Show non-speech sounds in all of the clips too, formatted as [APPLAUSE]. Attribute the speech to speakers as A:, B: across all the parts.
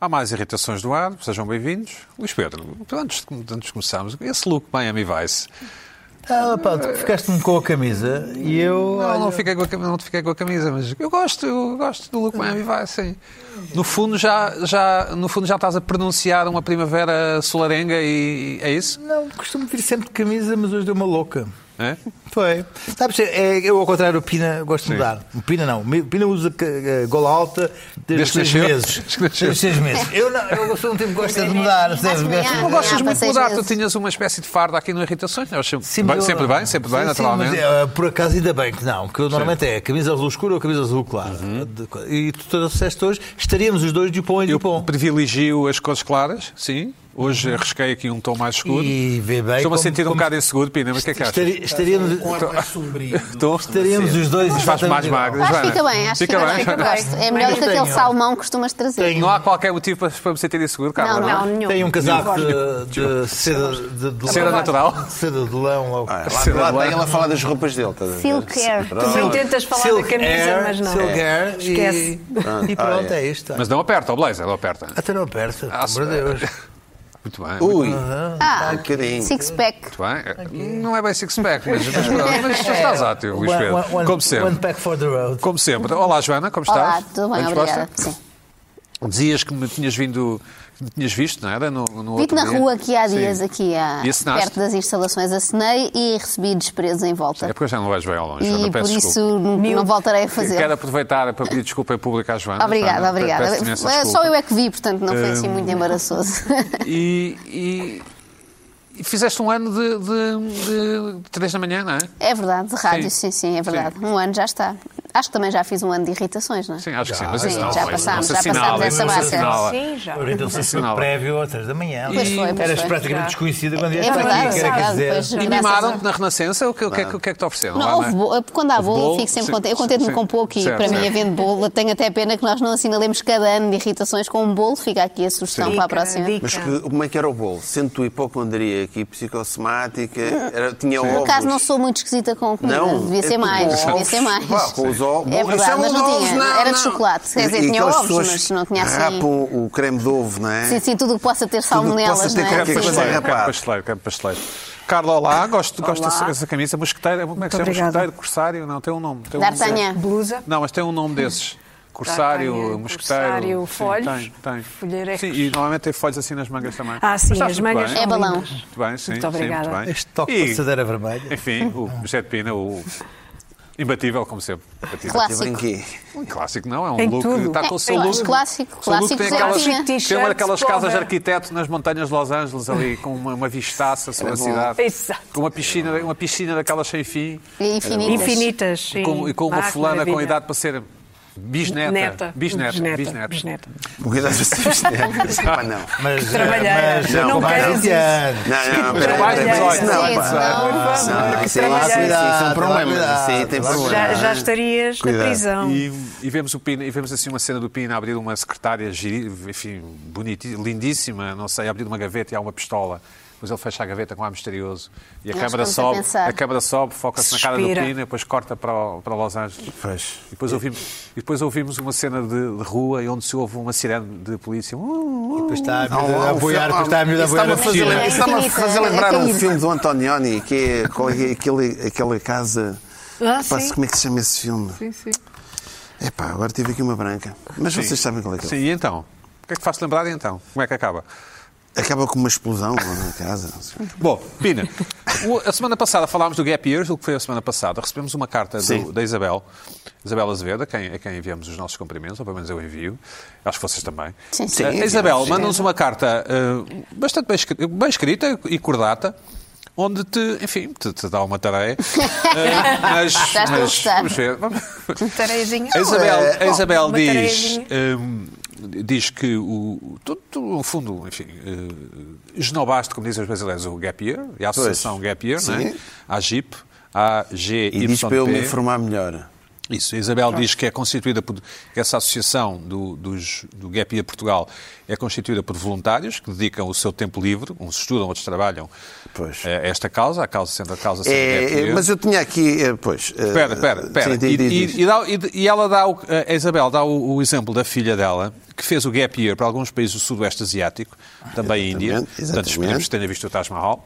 A: Há mais irritações do ar, sejam bem-vindos. Luís Pedro, antes de, antes de começarmos, esse look Miami Vice,
B: Ah, pá, tu ficaste-me com a camisa e eu.
A: Não, não,
B: olha,
A: fiquei com a, cami- não fiquei com a camisa, mas eu gosto, eu gosto do look Miami Vice. sim. No fundo já, já, no fundo já estás a pronunciar uma primavera solarenga e é isso?
B: não, costumo vir sempre de camisa, mas hoje deu uma louca. [LAUGHS]
A: É?
B: Foi. Sabes, é, eu ao contrário, o Pina gosto de mudar. O Pina não. O Pina usa ca- eh, gola alta
A: Desde
B: desde
A: que
B: os seis
A: nasceu.
B: meses.
A: Desde que nasceu.
B: Desde os seis meses. Eu não, eu sou um tipo que gosta de mudar, não sei,
C: Acho
B: gosto
C: que
B: de
C: é.
A: Não
B: mudar.
A: gostas
C: há
A: muito de
C: seis
A: mudar, tu
C: meses.
A: tinhas uma espécie de farda aqui no Irritações, não, é? sempre,
B: Sim,
A: bem,
B: mas eu-
A: sempre bem, sempre bem,
B: Sim, sim,
A: naturalmente.
B: mas, eh, por acaso, ainda bem que não, que eu normalmente é camisa azul escura ou camisa azul clara. De- E tu trouxeste hoje, estaríamos os dois de pão e de
A: Uhum. Eu
B: pão.
A: privilegio as cores claras, sim. Hoje arrisquei aqui um tom mais escuro.
B: Uhum. E vê bem.
A: Estou-me a
B: como-
A: sentir um
B: como
A: bocado inseguro, Pina, mas o que é que achas?
B: estari- Estaríamos. Então,
D: Com ar mais sombrio.
A: Estou?
B: Estaríamos os dois
A: Mas faz mais
B: exatamente
A: magro.
B: igual.
C: Acho que
A: Joana,
C: fica bem, acho que
A: fica
C: fica bem.
A: bem,
C: fica
A: Joana.
C: bem. É melhor do que
B: Tenho-
C: aquele salmão que costumas trazer.
B: Tenho-
A: Não há qualquer motivo para, para me sentir inseguro,
C: Não,
A: Carla.
C: não,
A: é?
C: nenhum.
B: Tem um casaco de, de seda de, de
A: Seda
B: lã.
A: natural.
B: Seda de lã. ou-
E: Ah,
A: Seda
E: lá,
A: de lã.
E: lá, tem ela a falar das roupas dele. Tá a ver?
C: Silk Air.
E: Pronto.
F: Também tentas falar da
B: Silk
F: camisa,
B: Air,
F: mas não. é.
B: Silk Air e-
F: Esquece.
B: E, pronto, é isto.
A: Mas não aperta, o blazer, não aperta.
B: Até não aperta,
A: Ah,
B: pelo amor de Deus.
A: Muito bem. Muito
E: Ui,
C: Ah,
E: um bocadinho.
C: six pack.
A: bem. Não é bem six-pack, mas, mas
C: [LAUGHS]
A: pronto, mas estás ótimo, Luís Pedro.
B: One- one-
A: Como
B: One
A: sempre.
B: pack for the road.
A: Como sempre. Olá, Joana, como
C: Olá,
A: estás?
C: tudo bem,
A: Bem disposta?
C: obrigada. Sim.
A: Dizias que me tinhas vindo, que me tinhas visto, não era? No, no
C: Vi-te
A: outro
C: na
A: dia.
C: rua aqui há dias,
A: Sim.
C: aqui há-
A: E acenaste?
C: perto das instalações, acenei e recebi desprezos em
A: É
C: volta.
A: porque eu já não vais bem ao longe, Joana,
C: E por
A: peço desculpa.
C: isso não, não voltarei a fazer.
A: Quero aproveitar para pedir desculpa em público à Joana.
C: Obrigada,
A: Joana,
C: obrigada.
A: peço-te imensa
C: É,
A: desculpa. Eh,
C: Só eu é que vi, portanto não foi assim muito embaraçoso. [LAUGHS]
A: E, e- e fizeste um ano de, de, de três da manhã, não é?
C: É verdade, de rádio,
A: Sim.
C: sim, sim, é verdade. Um ano já está. Acho que também já fiz um ano de irritações, não é?
A: Sim, acho que sim, mas
C: Sim,
A: isso não,
C: já
A: isso
C: passámos,
A: não
C: já
A: se assinala,
C: passámos
A: isso
C: essa
A: não se
C: marca.
A: assinala.
F: Sim, já.
B: Orientação
A: Sinal.
B: então, prévio às três da manhã.
C: Pois foi, pois
B: Eras
C: foi.
B: praticamente desconhecida quando
C: É
B: vieste para
C: verdade,
B: aqui.
C: é
B: quer
C: verdade.
B: dizer.
C: Pois,
A: E
C: graças
A: mimaram-te
C: a-
A: na Renascença? O que, o que, é que- o que é que te ofereceram?
C: Não,
A: lá,
C: houve bolo. Quando há
A: Houve
C: bolo,
A: bolo?
C: fico sempre
A: Sim,
C: contente. Eu contento-me
A: sim,
C: com um pouco e
A: certo,
C: para mim,
A: certo.
C: havendo bolo, tenho até pena que nós não assinalemos cada ano de irritações com um bolo. Fica aqui a sugestão para a
F: Dica,
C: próxima.
F: dica.
E: Mas que- como é que era o bolo? Sendo tu hipocondríaca e psicossomática, era, tinha ovos.
C: Por acaso não sou muito esquisita com comida,
E: Não,
C: devia
E: é
C: ser
E: com
C: mais, devia
E: ovos.
C: ser mais.
E: Vá, com os
C: É
E: ovos. Bom,
C: verdade,
E: isso é um
C: mas não
E: ovos,
C: tinha,
E: não,
C: era de
E: não.
C: chocolate, quer dizer,
E: E
C: tinha
E: aquelas
C: ovos,
E: pessoas
C: mas não tinha assim-
E: Rapam o creme de ovo, não é?
C: Sim, sim, tudo o que possa ter salmonelas,
E: possa
C: não
E: ter
C: é?
E: qualquer
C: Sim,
E: coisa
C: sim.
E: errada.
A: Quero
E: rapaz.
A: pasteleiro, quero pasteleiro. Carla, olá, gosto, gosto dessa, dessa camisa. Mosqueteira, como é que se
F: Muito
A: chama?
F: obrigada.
A: Mosqueteiro, corsário? Não, tem um nome. Tem um nome.
F: Ah.
C: D'Artagnan.
F: Blusa.
A: Não, mas tem um nome desses. Corsário,
F: D'Artagnan,
A: mosqueteiro.
F: Tá, corsário,
A: Sim,
F: folhos,
A: Tem, tem.
F: folharecos.
A: Sim, e normalmente tem folhos assim nas mangas também.
F: Ah, sim,
A: Mas estás
F: as
A: muito
F: mangas
A: bem.
C: É balão.
A: Muito bem, sim.
F: Muito
A: sim,
F: obrigada.
A: muito bem.
B: Este toque
A: E,
B: de
A: [LAUGHS]
B: passadeira vermelha.
A: Enfim, o Jet Pina, o imbatível, como sempre. Imbatível.
C: Claro.
E: Eu brinquei.
A: Um clássico, não? É um
F: Em
A: look.
F: tudo.
A: Está com o seu
C: É,
A: look.
C: clássico,
A: o seu look tem
C: clássico,
A: aquelas,
C: clássico.
A: tem uma daquelas
F: T-shirt,
A: casas de
F: polo.
A: arquiteto nas montanhas de Los Angeles, ali com uma, uma vistaça sobre a
E: bom.
A: cidade.
F: Exato.
A: Com uma piscina, uma piscina daquelas sem fim.
C: E infinitas.
F: Infinitas.
A: E
F: sim.
A: com, e com uma
F: Ah, que
A: fulana com
F: maravilha.
A: idade para ser bisneta.
F: Neta.
A: Bisneta.
F: Bisneta.
A: bisneta.
F: bisneta.
E: O que é que Pá, não.
B: Mas,
F: Trabalheira.
B: mas
E: Não,
B: com
E: queres
B: 20
F: isso.
B: anos.
E: Não,
F: é
E: não, peraí,
A: Trabalho,
E: peraí, peraí, isso
A: dezoito,
E: não,
C: Sim,
E: pá.
C: senão-
E: Não, isso aí,
F: Trabalhar.
E: isso é aí são
B: Cuidado,
E: problemas.
B: cuidado.
E: Isso aí tem problemas.
F: Já, já estarias
E: Cuidado.
F: na
C: Então.
F: prisão.
A: E, e vemos o Pina, e vemos assim uma cena do Pina abrir uma secretária, giri- enfim, bonitíssima, lindíssima, não sei, abrir uma gaveta e há uma pistola. Mas ele fecha a gaveta com ar misterioso. E a
C: Nós
A: câmara
C: estamos a
A: sobe,
C: pensar.
A: a câmara sobe, foca-se na cara do
F: Suspira.
A: Pina, depois corta para, o- para Los Angeles.
E: Pois.
A: E depois ouvimos, e depois ouvimos uma cena de, de rua e onde se ouve uma sirene de polícia. Uh, uh.
B: Depois está a
E: Há um-
B: miúda
E: há
B: a boiar,
E: um filme-
B: depois está a miúda a
E: Isso está-me
B: boiar a
E: a fazer-
B: piscina.
C: É
E: isso Está-me a fazer
C: infinita, é
E: lembrar um
C: caída.
E: filme do Antonioni, que é qual é aquele, aquela casa.
F: Ah,
E: Pá,
F: sim.
E: como é que se chama esse filme? Sim, sim. Epá, agora tive aqui uma branca. Mas vocês sabem qual é que
A: Sim,
E: é.
A: e então? O que é que te faz lembrar e então? Como é que acaba?
E: Acaba com uma explosão na casa. não sei.
A: Bom, Pina, [LAUGHS] o- a semana passada falámos do Gap Years, o que foi a semana passada. Recebemos uma carta do-
E: Sim.
A: da Isabel, Isabel Azevedo, a quem, a quem enviamos os nossos cumprimentos, ou pelo menos eu envio, acho que vocês também.
C: Sim, sim.
E: Sim.
A: a Isabel manda-nos uma carta eh, bastante bem, escri- bem escrita e cordata, onde te, enfim, te, te dá uma
C: [LAUGHS]
A: tarefa. mas,
C: Já estou a
A: mas
C: gostar.
A: vamos ver. vamos-
F: Tareizinha.
E: Então,
A: a Isabel, a
E: é,
F: Oh,
A: Isabel
F: uma
A: diz,
F: tareizinha.
A: hum, diz que, o, tu, tu, no fundo, enfim, uh, esnobaste, como dizem os brasileiros, o Gap Year, e a associação Gap Year, é?
E: Sim.
A: né? a GIP, a GYP.
E: E diz para eu me informar melhor.
A: Isso, a Isabel
E: Ah.
A: diz que é constituída por. Essa associação do, dos, do Gap Year Portugal é constituída por voluntários que dedicam o seu tempo livre, uns estudam, outros trabalham,
E: Pois.
A: a esta causa, a causa sendo a causa sendo Gap
E: É,
A: Year.
E: mas eu tinha aqui. eh, Pois. eh,
A: Espera, espera, espera.
E: sim, diz,
A: E,
E: diz, diz.
A: e- e dá- e- e ela dá, o- eh, a Isabel dá o, o exemplo da filha dela, que fez o gap year para alguns países do sudoeste asiático, também a Índia.
E: Exatamente,
A: Portanto, esperemos
E: exatamente.
A: que tenha visto o Taj Mahal,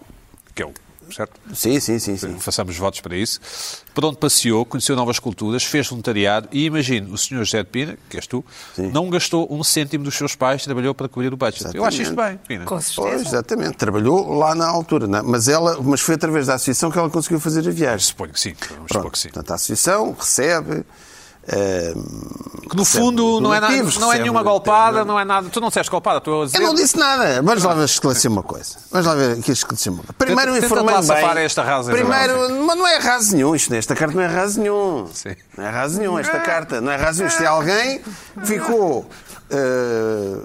A: que é o, certo?
E: Sim, sim, sim. sim.
A: Façamos votos para isso. Por onde passeou, conheceu novas culturas, fez voluntariado e imagino, o senhor José de Pina, que és tu, não gastou um cêntimo dos seus pais, trabalhou para cobrir o budget. Eu acho isto bem,
E: Exatamente.
A: Pina.
F: Com certeza.
E: Pois, exatamente. Trabalhou lá na altura, não é? mas, ela, mas foi através da associação que ela conseguiu fazer a viagem.
A: Suponho que sim, vamos
E: Pronto,
A: supor que sim.
E: Portanto, a associação recebe. eh,
A: Que no fundo não é, nada,
E: donativos,
A: não é
E: recebe-
A: nenhuma golpada, não é nada. Tu não disseste golpada, tu a dizer.
E: Eu não disse nada. Vamos lá ver esclarecer uma coisa. Vamos lá ver aqui esclarecer uma coisa. Primeiro
A: Tenta- tenta
E: informei
A: lá
E: bem.
A: safar esta raso, Isabel,
E: Primeiro, mas não é raso nenhum isto. Esta carta não é raso nenhum.
A: Sim.
E: Não é raso nenhum esta carta. Não é raso nenhum. Isto é alguém que ficou... eh,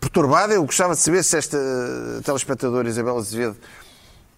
E: Perturbado, eu gostava de saber se esta eh, telespectadora Isabel Azevedo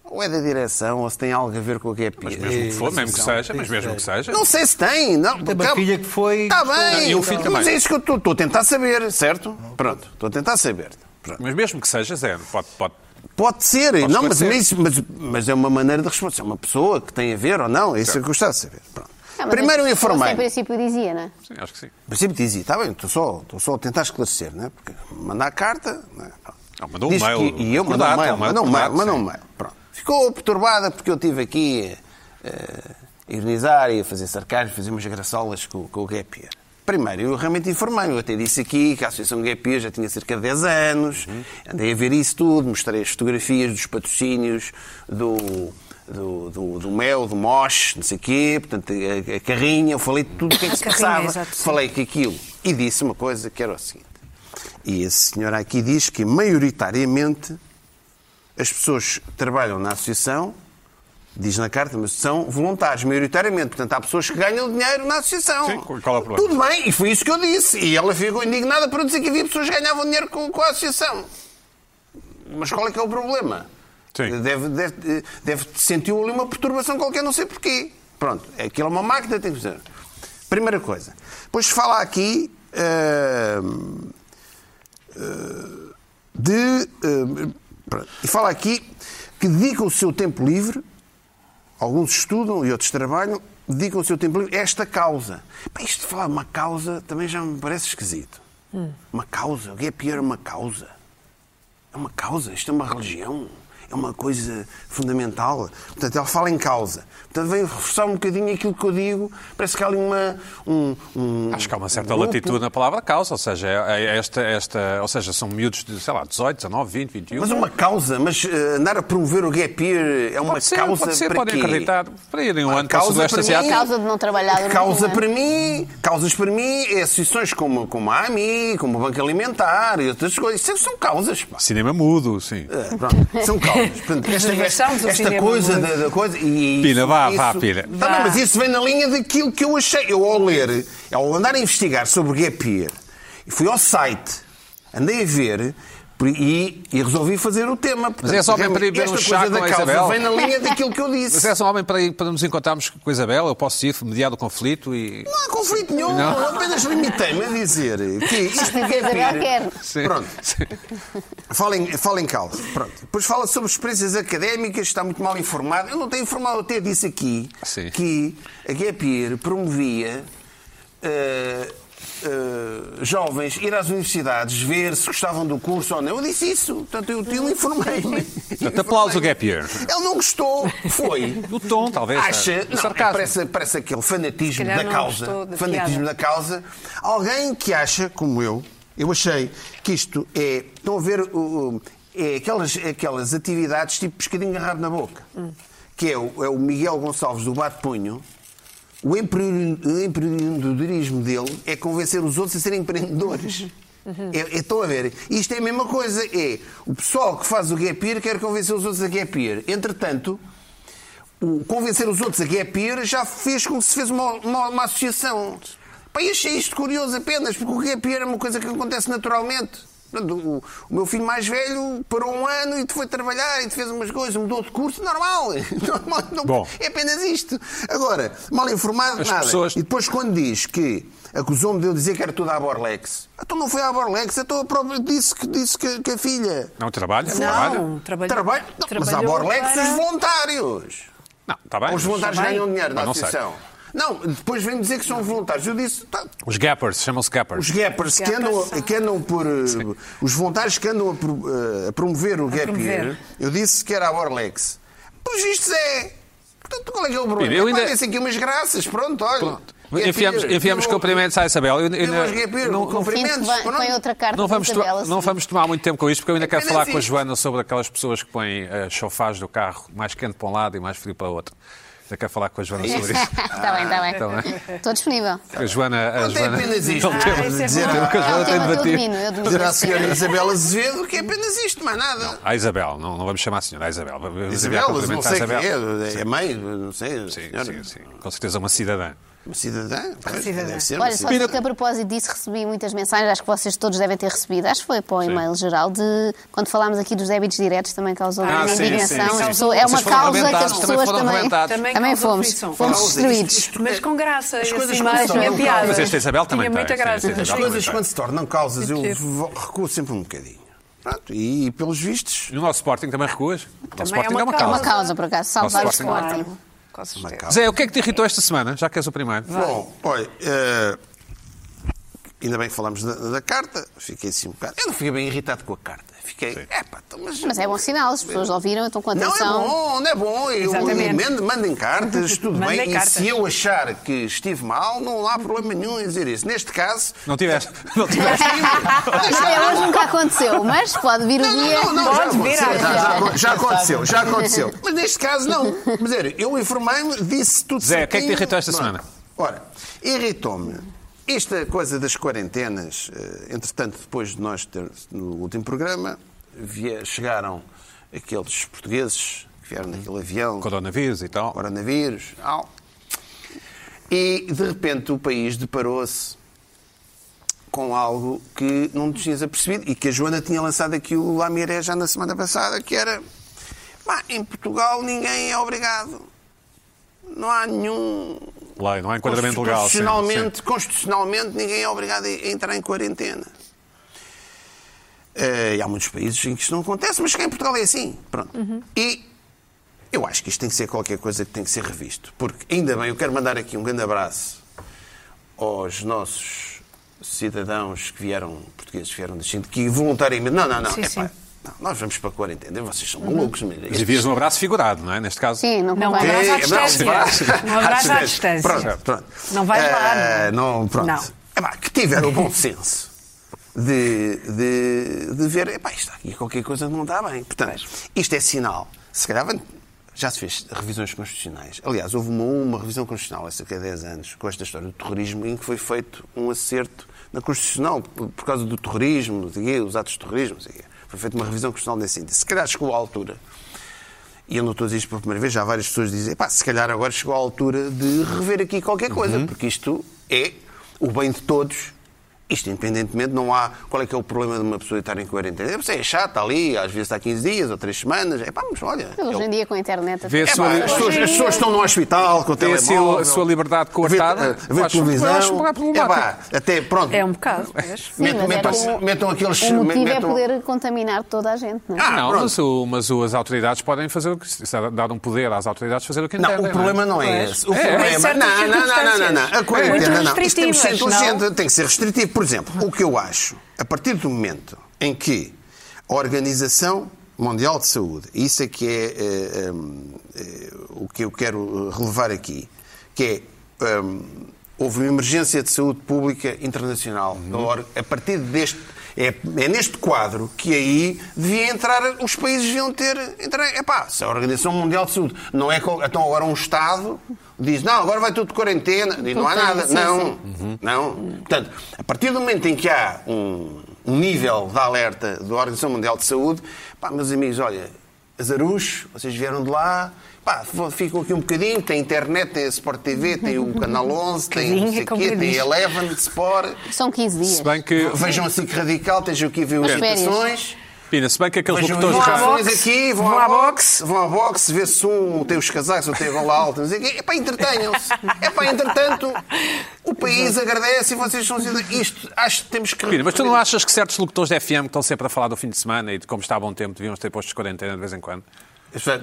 E: ou é da direção ou se tem algo a ver com o que é
A: Mas mesmo que for, mesmo que seja, mas mesmo que seja.
E: não sei se tem. Não.
B: Tem uma filha que foi-
E: Está
A: Não,
E: Tá bem.
A: e um filho
E: Mas
A: também.
E: é isso que eu estou- estou a tentar saber, certo? Pronto, estou a tentar saber. Pronto.
A: Mas mesmo que seja, zero. Pode, pode.
E: Pode ser. não, mas,
A: esclarecer.
E: mas, mas, mas é uma maneira de responder. Se é uma pessoa que tem a ver ou não, é isso que eu gostava de saber. Pronto.
C: Ah, mas
E: Primeiro
C: é-
E: eu informei.
C: Em princípio dizia, não é?
A: Sim, acho que sim.
E: Mas sempre dizia, está bem, estou só, estou só a tentar esclarecer, né? porque mandar carta. Né? Pronto.
A: Não, mandou um
E: Diz
A: mail,
E: que- e eu mandei um
A: acordado,
E: mail,
A: um mail
E: mandou um mail,
A: acordado,
E: mandou
A: sim.
E: um mail. Pronto. Ficou perturbada porque eu estive aqui eh, a ironizar e a fazer sarcasmo, fazer umas graçolas com, com o Gapia. Primeiro, eu realmente informei, eu até disse aqui que a Associação Gapia já tinha cerca de 10 anos, andei a ver isso tudo, mostrei as fotografias dos patrocínios do, do, do, do Mel, do Mosh, não sei o quê, portanto, a, a carrinha, eu falei tudo o
F: [COUGHS]
E: que é que se
F: A carrinha,
E: passava,
F: exato, sim.
E: falei que aquilo. E disse uma coisa que era o seguinte. E a senhora aqui diz que, maioritariamente, as pessoas que trabalham na associação, diz na carta, mas são voluntários, maioritariamente. Portanto, há pessoas que ganham dinheiro na associação.
A: Sim, qual é o problema?
E: Tudo bem, e foi isso que eu disse. E ela ficou indignada por eu dizer que havia pessoas que ganhavam dinheiro com, com a associação. Mas qual é que é o problema?
A: Sim.
E: Deve, deve, deve sentir ali uma perturbação qualquer, não sei porquê. Pronto, aquilo é uma máquina, tem que fazer. Primeira coisa. Depois fala aqui hum, hum, de. hum, pronto. e fala aqui que dedica o seu tempo livre, alguns estudam e outros trabalham, dedicam o seu tempo livre a esta causa. Pá, isto de falar de uma causa também já me parece esquisito. Uma causa? O que é pior uma causa? É uma causa, isto é uma religião, é uma coisa fundamental. Portanto, ela fala em causa. Portanto, veio reforçar um bocadinho aquilo que eu digo. Parece que há ali uma. Um, um-
A: Acho que há uma certa
E: um grupo.
A: latitude na palavra causa, ou seja, é- é esta, esta, ou seja, são miúdos de, sei lá, 18, 19, 20, 21.
E: Mas uma causa, mas eh, andar a promover o gap year é uma
A: pode ser,
E: causa
A: pode ser,
E: para
A: podem
E: quê?
A: acreditar. Para irem um
E: Uma
A: ano para o
E: causa
A: Sudoeste
E: para mim-
C: A
A: Asiático.
C: causa de não trabalhar durante
E: Causa
C: um ano.
E: para mim, causas para mim é associações como, como a AMI, como o Banco Alimentar e outras coisas. Isso são causas, pá.
A: Cinema mudo, sim.
E: Ah, pronto, são causas. Portanto, esta
F: Regressamos ao
E: esta
F: cinema
E: coisa
F: mudo.
E: da, da coisa. E
A: Pina,
E: isso-
A: vá,
E: isso-
A: vá, Pina.
E: Tá bem,
F: Vá.
E: mas isso vem na linha daquilo que eu achei. Eu, ao ler, ao andar a investigar sobre o Gap Year, fui ao site, andei a ver. por- E, e resolvi fazer o tema. Portanto,
A: é só mesmo para ir ver
E: esta
A: um chá
E: coisa da
A: com a
E: causa
A: Isabel.
E: vem na linha daquilo que eu disse.
A: Mas és um homem para, ir- para nos encontrarmos com a Isabel, eu posso ir mediar o conflito e.
E: Não há conflito nenhum,
A: Não.
E: eu apenas limitei-me a dizer que isto é
C: Isabel [LAUGHS] quer.
A: [LAUGHS] Sim.
E: Pronto. Fala em, fala em causa. Pronto. Depois fala sobre experiências académicas, está muito mal informado. Eu não tenho informado, eu até disse aqui
A: Sim.
E: que a Gap Year promovia eh, eh, jovens ir às universidades, ver se gostavam do curso ou não. Eu disse isso, portanto eu, eu informei-me.
A: Portanto, aplauso o Gap Year.
E: Ele não gostou, foi.
A: O tom, talvez.
E: Acha,
A: o
E: não, é,
A: sarcasmo.
E: parece, parece aquele fanatismo
F: Se calhar
E: da
F: não
E: causa.
F: gostou da
E: Fanatismo
F: piada.
E: da causa. Alguém que acha, como eu, eu achei que isto é. Estão a ver o- o- é aquelas, aquelas atividades tipo pescadinho agarrado na boca. Que é o, é o Miguel Gonçalves do Bate Punho. O empreendedor- o empreendedorismo dele é convencer os outros a serem empreendedores.
F: Uhum.
E: É, é, estão a ver? Isto é a mesma coisa. É o pessoal que faz o gap year quer convencer os outros a gap year. Entretanto, o convencer os outros a que é peer já fez com que se fez uma, uma, uma associação. Pá, eu achei isto curioso apenas, porque o que é peer é uma coisa que acontece naturalmente. Portanto, O, o meu filho mais velho parou um ano e foi trabalhar e fez umas coisas, mudou de curso, normal. [LAUGHS] normal não-
A: Bom.
E: É apenas isto. Agora, mal informado,
A: As
E: nada.
A: pessoas-
E: E depois quando diz que acusou-me de eu dizer que era tudo à Borlex. Então não foi à Borlex, então a própria disse que, disse que, que a filha...
A: Não trabalho?
F: Não.
A: Trabalho?
F: trabalhou-
E: Trabalho- Não, mas à
F: trabalhou
E: Borlex
F: para-
E: os voluntários.
A: Não, está bem.
E: Os voluntários
F: Também?
E: ganham dinheiro
A: Ah,
E: da
A: não sei.
E: associação. Não, depois vem dizer que são voluntários. Eu disse, tá,
A: Os gappers, chamam-se gappers.
E: os gappers que
F: gappers
E: andam,
F: são-
E: que andam por. eh, Os voluntários que andam a, pro- eh, a promover o gap
F: promover.
E: year, eu disse que era a Orlex. Pelos vistos é. Portanto, qual é que é o problema?
A: Pina, eu
E: Pá,
A: ainda-
E: desse aqui umas graças, pronto, olha.
A: Pronto.
E: Gap
A: Enfiamos,
E: year.
A: enfiamos
E: Eu-
A: cumprimentos à Isabel. Eu- eu-
E: eu aos um gap
A: não-
E: year,
A: não-
C: Sinto que
E: cumprimentos,
C: vai-
E: pronto.
C: põe outra carta
A: Não
C: para
A: vamos,
C: Isabel,
A: to-
C: assim.
A: não vamos tomar muito tempo com isto, porque eu ainda quero
E: Apenas
A: falar com a
E: isto.
A: Joana sobre aquelas pessoas que põem a chofaz do carro mais quente para um lado e mais frio para o outro. Ainda quero falar com a Joana sobre isso.
C: [LAUGHS] Está Tá bem, está bem.
A: Então, é.
C: Estou disponível.
A: A Joana, a
E: Não tem
A: Joana...
E: apenas isto.
A: Não
F: Ah, isso
A: tem,
F: é
A: dizer
F: bom. Ah,
A: o que a
C: É
A: Joana
C: um
A: tem
C: tema que eu
A: debatido.
C: domino, eu domino.
E: Dizer à
C: esse tema.
E: senhora Isabela Azevedo que é apenas isto, mais nada.
A: A Ah, Isabel, não, não vamos chamar a senhora, a Isabel. Vamos enviar
E: Isabela, não
A: cumprimentos à
E: sei
A: Isabel.
E: quem é, é mãe, não sei, senhora.
A: Sim, sim, sim. Com certeza uma cidadã.
E: Uma cidadã? Pois,
F: Cidadã.
E: deve ser uma
C: Olha, só
E: cidadã.
C: digo que a propósito disso recebi muitas mensagens, acho que vocês todos devem ter recebido, acho que foi para o e-mail geral, de quando falámos aqui dos débitos diretos também causou
A: Ah,
C: grande
A: sim,
C: indignação.
A: sim, sim.
C: As pessoas- É uma
A: Vocês foram
C: causa que as
A: rebentados, também
C: pessoas
A: foram
C: também.
A: rebentados.
C: Também,
F: Também causou
C: fomos.
F: aflição.
C: Fomos
E: Causa,
C: destruídos.
E: isto- é isto-
F: Mas com graça,
E: As
F: e
E: coisas
F: assim
E: que
F: mais
E: são-
F: minha
E: não,
F: piada.
A: mas esta Isabel também
F: Tinha
A: tem,
F: muita
A: sim,
F: graça.
A: sim,
E: As
A: Já
E: coisas
A: comentei.
E: quando se tornam causas, eu
F: Sim.
E: vo- recuo sempre um bocadinho. Pronto, e pelos vistos,
A: E o nosso Sporting também recuas? O nosso
F: Também
A: Sporting
F: é
A: é
F: uma
A: uma
C: É
A: causa.
C: uma causa, por acaso, salvar o
A: Nossa,
C: Sporting.
F: Claro. Com certeza.
E: Macau.
A: Zé, o que é que te irritou esta semana, já que és o primeiro?
E: Bom, olha, eh, ainda bem que falámos da, da carta, fiquei assim um bocado. Eu não fiquei bem irritado com a carta. Fiquei, epá, então, mas.
C: Mas é bom sinal, as pessoas ouviram, estão com
E: Não é
C: atenção. [LAUGHS]
E: bom, não é bom. Eu,
F: Exatamente.
E: mando- mandem cartas, tudo
F: Mandem
E: bem.
F: cartas.
E: E se eu achar que estive mal, não há problema nenhum em dizer isso. Neste caso,
A: Não tiveste.
E: [LAUGHS]
A: Não tiveste.
C: Até hoje nunca aconteceu, mas pode vir o
E: é Não,
C: dia.
E: não, não, não, já
F: Pode vir
E: aconteceu,
F: a-
E: já, já acon- já aconteceu, já aconteceu. Mas neste caso não. Mas era, eu informei-me, disse tudo
A: Zé, o que é que te
E: certinho.
A: irritou esta
E: Pronto.
A: semana?
E: Ora, irritou-me esta coisa das quarentenas. eh, Entretanto, depois de nós ter, no último programa, vie- chegaram aqueles portugueses que vieram naquele avião,
A: Coronavírus e tal.
E: coronavírus, tal. E, de repente, o país deparou-se com algo que não tinhas apercebido e que a Joana tinha lançado aqui o Lamiré já na semana passada, que era "Pá, em Portugal ninguém é obrigado. Não há nenhum.
A: Lei, não há enquadramento legal. sim,
E: Constitucionalmente, constitucionalmente ninguém é obrigado a entrar em quarentena. Eh, e há muitos países em que isto não acontece, mas cá em Portugal é assim. Pronto. E eu acho que isto tem que ser qualquer coisa que tem que ser revisto. Porque, ainda bem, eu quero mandar aqui um grande abraço aos nossos cidadãos que vieram, portugueses que vieram da China, que voluntariamente. Não, não, não.
F: Sim,
E: epá,
F: sim.
E: não, nós vamos para a quarentena, vocês são malucos. Uhum.
A: Sim. E devias um abraço figurado, não é? Neste caso.
C: Sim, não
F: Não,
C: convém.
F: mas- abraço à
E: É, não,
F: distância.
E: abraço.
F: Um abraço à distância.
E: Pronto, pronto.
F: Não vai lá,
E: Eh, Não, pronto.
F: Não.
E: Epá, que tiveram o bom senso de, de, de ver. Epá, isto aqui qualquer coisa não está bem. Portanto, isto é sinal. Se calhar van- já se fez revisões constitucionais. Aliás, houve uma, uma revisão constitucional há cerca de 10 anos com esta história do terrorismo em que foi feito um acerto na Constitucional por por causa do terrorismo, não sei o quê, os atos de terrorismo. não sei o quê. Foi feita uma revisão constitucional nesse sentido. Se calhar chegou à altura e eu não estou a dizer isto pela primeira vez, já várias pessoas dizem, pá, se calhar agora chegou a altura de rever aqui qualquer coisa,
A: Uhum.
E: porque isto é o bem de todos. Isto, independentemente, não há. Qual é que é o problema de uma pessoa estar em quarentena? É, Você é chato, está ali, às vezes está 15 dias ou 3 semanas. É pá, mas olha. é o-
C: Hoje em dia com a internet.
A: Vê
E: É
A: sua-
E: pá, as, pessoas, as pessoas estão no hospital com o
A: Tem a sua-
E: telemóvel.
A: a sua liberdade coartada.
E: A ver, a ver
A: Acho-
E: televisão.
A: acho um bocado
E: é
A: problemático.
E: pá, até pronto.
F: É um bocado, mas...
C: Sim, mas
E: metam,
C: é como-
E: metam aqueles.
C: O motivo é
E: metam-
C: poder contaminar toda a gente, não é?
E: Ah,
A: não,
E: pronto.
A: mas, o- mas o- as autoridades podem fazer o que. se dá- Dar um poder às autoridades fazer o que
E: Não,
A: entendem.
E: o problema não é
F: Pois.
E: esse. O
F: É. Em
E: problema.
F: certas
E: Não, não, não, não, não, não. A
F: circunstâncias.
E: quarentena
F: Muito
E: não. Isto tem que ser
F: restritivas,
E: inteligente, tem que ser restritivo. Por exemplo, o que eu acho, a partir do momento em que a Organização Mundial de Saúde, e isso é que é, eh, hum, eh, o que eu quero eh, relevar aqui, que é. hum, Houve uma emergência de saúde pública internacional. Agora, A partir deste. É, é neste quadro que aí devia entrar. Os países deviam ter. Entrar, epá, se a Organização Mundial de Saúde não é. co- Então agora um Estado diz: não, agora vai tudo de quarentena. E não há
C: Tudo bem,
E: nada.
C: sim,
E: não.
C: sim.
E: Não. Portanto, a partir do momento em que há um, um nível de alerta da Organização Mundial de Saúde, pá, meus amigos, olha, eh, Azarucho, vocês vieram de lá. Pá, f- ficam aqui um bocadinho, tem internet, tem a Sport TV, tem o Canal 11, tem não
F: Bocadinho,
E: sei
F: como
E: quê,
F: eu
E: tem
F: disse.
E: Eleven, Sport.
C: São 15 dias.
A: Se bem que,
E: Vejam a SIC Radical, estejam aqui a ver as
C: Mas férias.
E: citações.
A: Pina, se bem que aqueles
E: Vejam
A: locutores
E: as
F: vão à
A: cá.
F: boxe.
E: citações aqui, vão,
F: Vão
E: à
F: à
E: boxe, vão à boxe, vê se um tem os casacos, outro tem a gola alta. não sei o quê. É para entretenham-se. É para, entretanto, o país agradece e vocês são assim, isto. Acho que temos que.
A: Pina, mas tu não achas que certos locutores da FM que estão sempre a falar do fim de semana e de como está a bom tempo, deviam ter postos de quarentena de vez em quando?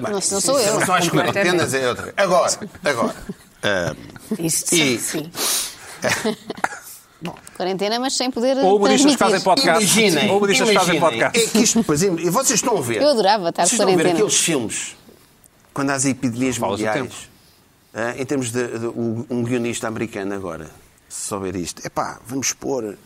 E: Não,
C: Não sou eu.
E: São as quarentenas, é outra. Agora, agora. ah,
F: Isso,
E: E-
F: sim.
C: Quarentena, mas sem poder
A: Ou humoristas que fazem
C: transmitir.
A: podcast.
E: Imaginem,
A: Ou humoristas que fazem
E: imaginem,
A: podcast.
E: É que isto, por exemplo, e vocês estão a ver.
C: Eu adorava estar de
E: Vocês estão a ver
C: quarentena.
E: aqueles filmes, quando há as epidemias
A: Falas do
E: mundiais,
A: tempo.
E: ah, em termos de, de- um um guionista americano agora, se souber isto, é pá, vamos pôr.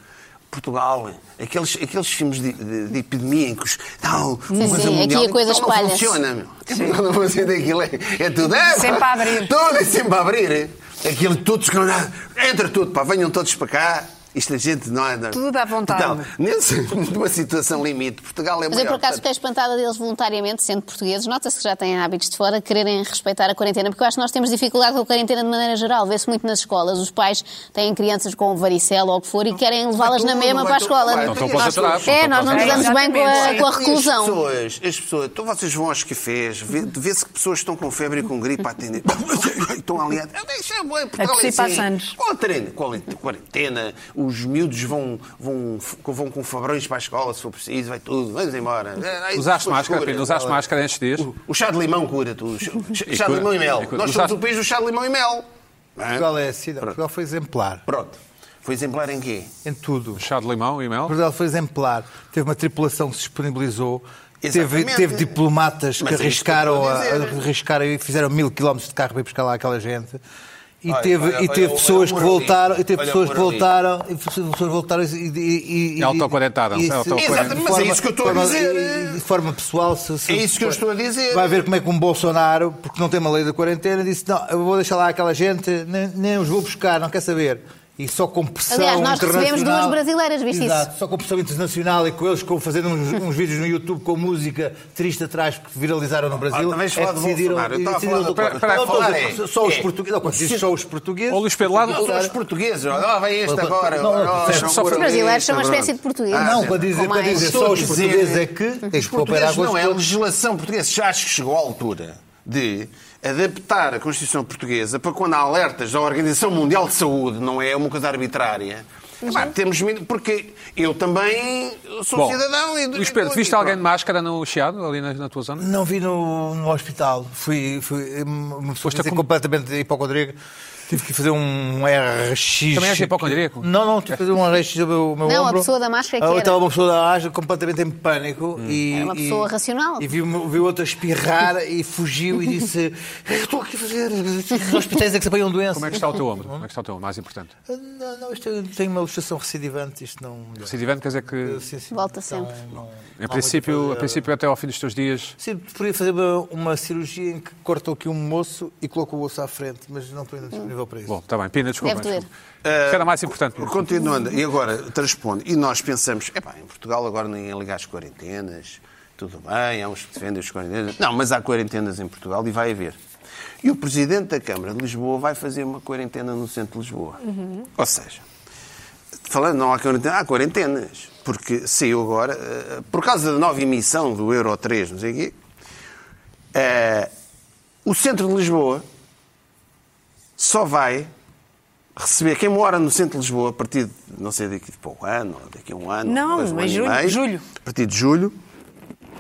E: Portugal, aqueles, aqueles filmes de, de- de epidemia em que os. Não, uma coisa
C: sim, aqui
E: mundial,
C: a coisa
E: então não
C: espalha-se.
E: funciona, meu. [LAUGHS] Não, não funciona aquilo. É, é tudo. É, pá,
F: Sempre a
E: [LAUGHS]
F: abrir.
E: Tudo é sempre a abrir. é. Aquilo tudo desgranado. Entra tudo, pá, venham todos para cá. Isto a gente não é. não-
F: Tudo à vontade.
E: Então, nesse, [LAUGHS] numa situação limite, Portugal é
C: Mas eu,
E: maior.
C: por acaso,
E: portanto,
C: fiquei espantada deles voluntariamente, sendo portugueses. Nota-se que já têm hábitos de fora, quererem respeitar a quarentena, porque eu acho que nós temos dificuldade com a quarentena de maneira geral. Vê-se muito nas escolas. Os pais têm crianças com varicela ou o que for e querem levá-las na
E: tudo,
C: mesma
E: vai
C: para a
E: tudo,
C: escola.
E: vai
A: Não Então estão
E: tudo.
A: para
E: Nós-
A: atrás. não
C: É,
A: estão
C: nós
A: para
C: não nos
A: os
C: damos
A: atrás.
C: bem com a, Ah, com a
E: As
C: reclusão.
E: pessoas, as pessoas, então vocês vão aos cafés, vê- vê-se que pessoas estão com febre e com gripe a atender. Estão ali a. Ah, Deixa eu ver, Portugal é
F: tossir para
E: assim.
F: os anos.
E: Quarentena, quarentena, quarentena, os miúdos vão, vão, vão com fabrões para a escola se for preciso, vai tudo, vamos embora. Ai,
A: Usaste
E: depois
A: máscara,
E: cura,
A: Pina, usaste
E: fala.
A: máscara nestes dias.
E: O- O chá de limão cura tudo. O chá- Chá de
A: cura.
E: limão e
A: [LAUGHS]
E: mel.
A: E cura.
E: Nós somos
A: Usaste-
E: o país do chá de limão e mel. Não é?
B: Portugal, é, assim, Portugal foi exemplar
E: Pronto. Foi exemplar em quê?
B: em tudo.
A: Chá de limão e mel.
B: Portugal foi exemplar. Teve uma tripulação que se disponibilizou. Teve,
E: Exatamente.
B: teve diplomatas
E: Mas
B: que
E: é isto que eu
B: arriscaram,
E: estou a
B: a-
E: dizer.
B: arriscaram e fizeram mil quilómetros de carro para ir buscar lá aquela gente. E
E: Olha,
B: teve,
E: olha,
B: e
E: olha,
B: teve
E: olha
B: pessoas
E: o
B: que
E: moralismo.
B: voltaram, e teve
E: Olha o
B: pessoas que
E: moralismo.
B: voltaram, e pessoas que voltaram e. e, e,
A: E autoquarentaram-se,
B: e-
A: autoquarentaram-se.
E: Exatamente, mas é isso que eu estou a
B: forma-
E: dizer.
B: e- e De forma pessoal, se, se-
E: É isso que eu estou a dizer.
B: Vai ver como é que um Bolsonaro, porque não tem uma lei da quarentena, disse: Não, eu vou deixar lá aquela gente, nem, nem os vou buscar, não quer saber. E só com pressão
C: Aliás, nós recebemos
B: internacional-
C: duas brasileiras, viste isso?
B: Exato, só com pressão internacional e com eles com fazendo uns, uns vídeos no YouTube com música triste atrás que viralizaram no Brasil. é
E: Ah, vamos falar de Bolsonaro. Eu estava a
B: decidiram-
E: falar do- Pera-
A: pera,
B: Não, estou a
E: falar
B: dizer,
E: é-
B: então, só os
E: é-
B: portugueses. Não, quando diz só os portugueses.
A: Ó, Luís Pedro, lá do-
E: Não, são os portugueses, ó. Ah, vai este
B: Não,
E: agora.
B: não, não,
E: ó, ó,
B: percebe,
E: ó,
A: Ah, só
E: ó,
A: Os
C: brasileiros são uma
E: ó,
C: espécie de
E: pronto.
C: portugueses.
E: Ah,
B: Não,
E: sim.
B: para dizer,
C: Com
B: para
C: mais-
B: dizer
E: Estou
B: só
E: a
B: os
E: dizer-
B: portugueses é que tens
E: Os
B: que cooperar
E: portugueses
B: com os
E: não, é a
B: portugueses.
E: legislação portuguesa. Já acho que chegou à altura de adaptar a Constituição Portuguesa para quando há alertas da Organização Mundial de Saúde, não é uma coisa arbitrária. Pá, temos medo, porque eu também sou
A: Uhum. Bom,
E: cidadão e...
A: Luís Pedro, viste alguém de máscara no Chiado, ali na, na tua zona?
B: Não vi no, no hospital. Fui, fui uma pessoa
A: Foste a
B: dizer
A: com-
B: completamente hipocondríaca. Tive que fazer um RX.
A: Também és hipocondríaco?
B: Não, não, tive que fazer um RX do meu, meu
C: Não, a
B: ombro.
C: pessoa da máscara
B: Ah,
C: que era.
B: Estava uma pessoa da máscara completamente em pânico.
A: Hum.
B: E,
C: Era uma pessoa
B: e-
C: racional.
B: E viu, viu outra espirrar e fugiu e disse: é "Eu Estou aqui a fazer. Os hospitais é que se apanham doença.
A: Como é que está o teu ombro? Como é que está o teu ombro? Mais importante.
B: Não, não, isto eu tenho uma luxação recidivante. Isto não. melhora.
A: Recidivante quer dizer que,
B: Sim, sim.
C: Volta
B: Então,
C: sempre.
B: não- não
A: em
B: há
A: princípio,
B: muito
A: a
B: a fazer.
A: princípio até ao fim dos teus dias,
B: Sim, poderia fazer uma, uma cirurgia em que cortam aqui um osso e colocam o osso à frente, mas não estou ainda disponível para isso.
A: Bom, está bem. Pina, desculpa.
C: Deve doer.
A: desculpa. O que era mais importante.
E: Continuando, e agora transpondo, e nós pensamos, epá, em Portugal agora ninguém liga às quarentenas, tudo bem, há uns que defendem as quarentenas. Não, mas há quarentenas em Portugal e vai haver. E o Presidente da Câmara de Lisboa vai fazer uma quarentena no centro de Lisboa. Ou seja, falando não há quarentena, há quarentenas. Porque saiu agora, eh, por causa da nova emissão do Euro 3, não sei o quê, eh, o centro de Lisboa só vai receber quem mora no centro de Lisboa a partir de, não sei, daqui de pouco, um ano, ou daqui a um ano.
F: Não,
E: dois, um
F: em
E: ano e
F: julho,
E: meio,
F: julho.
E: A partir de julho,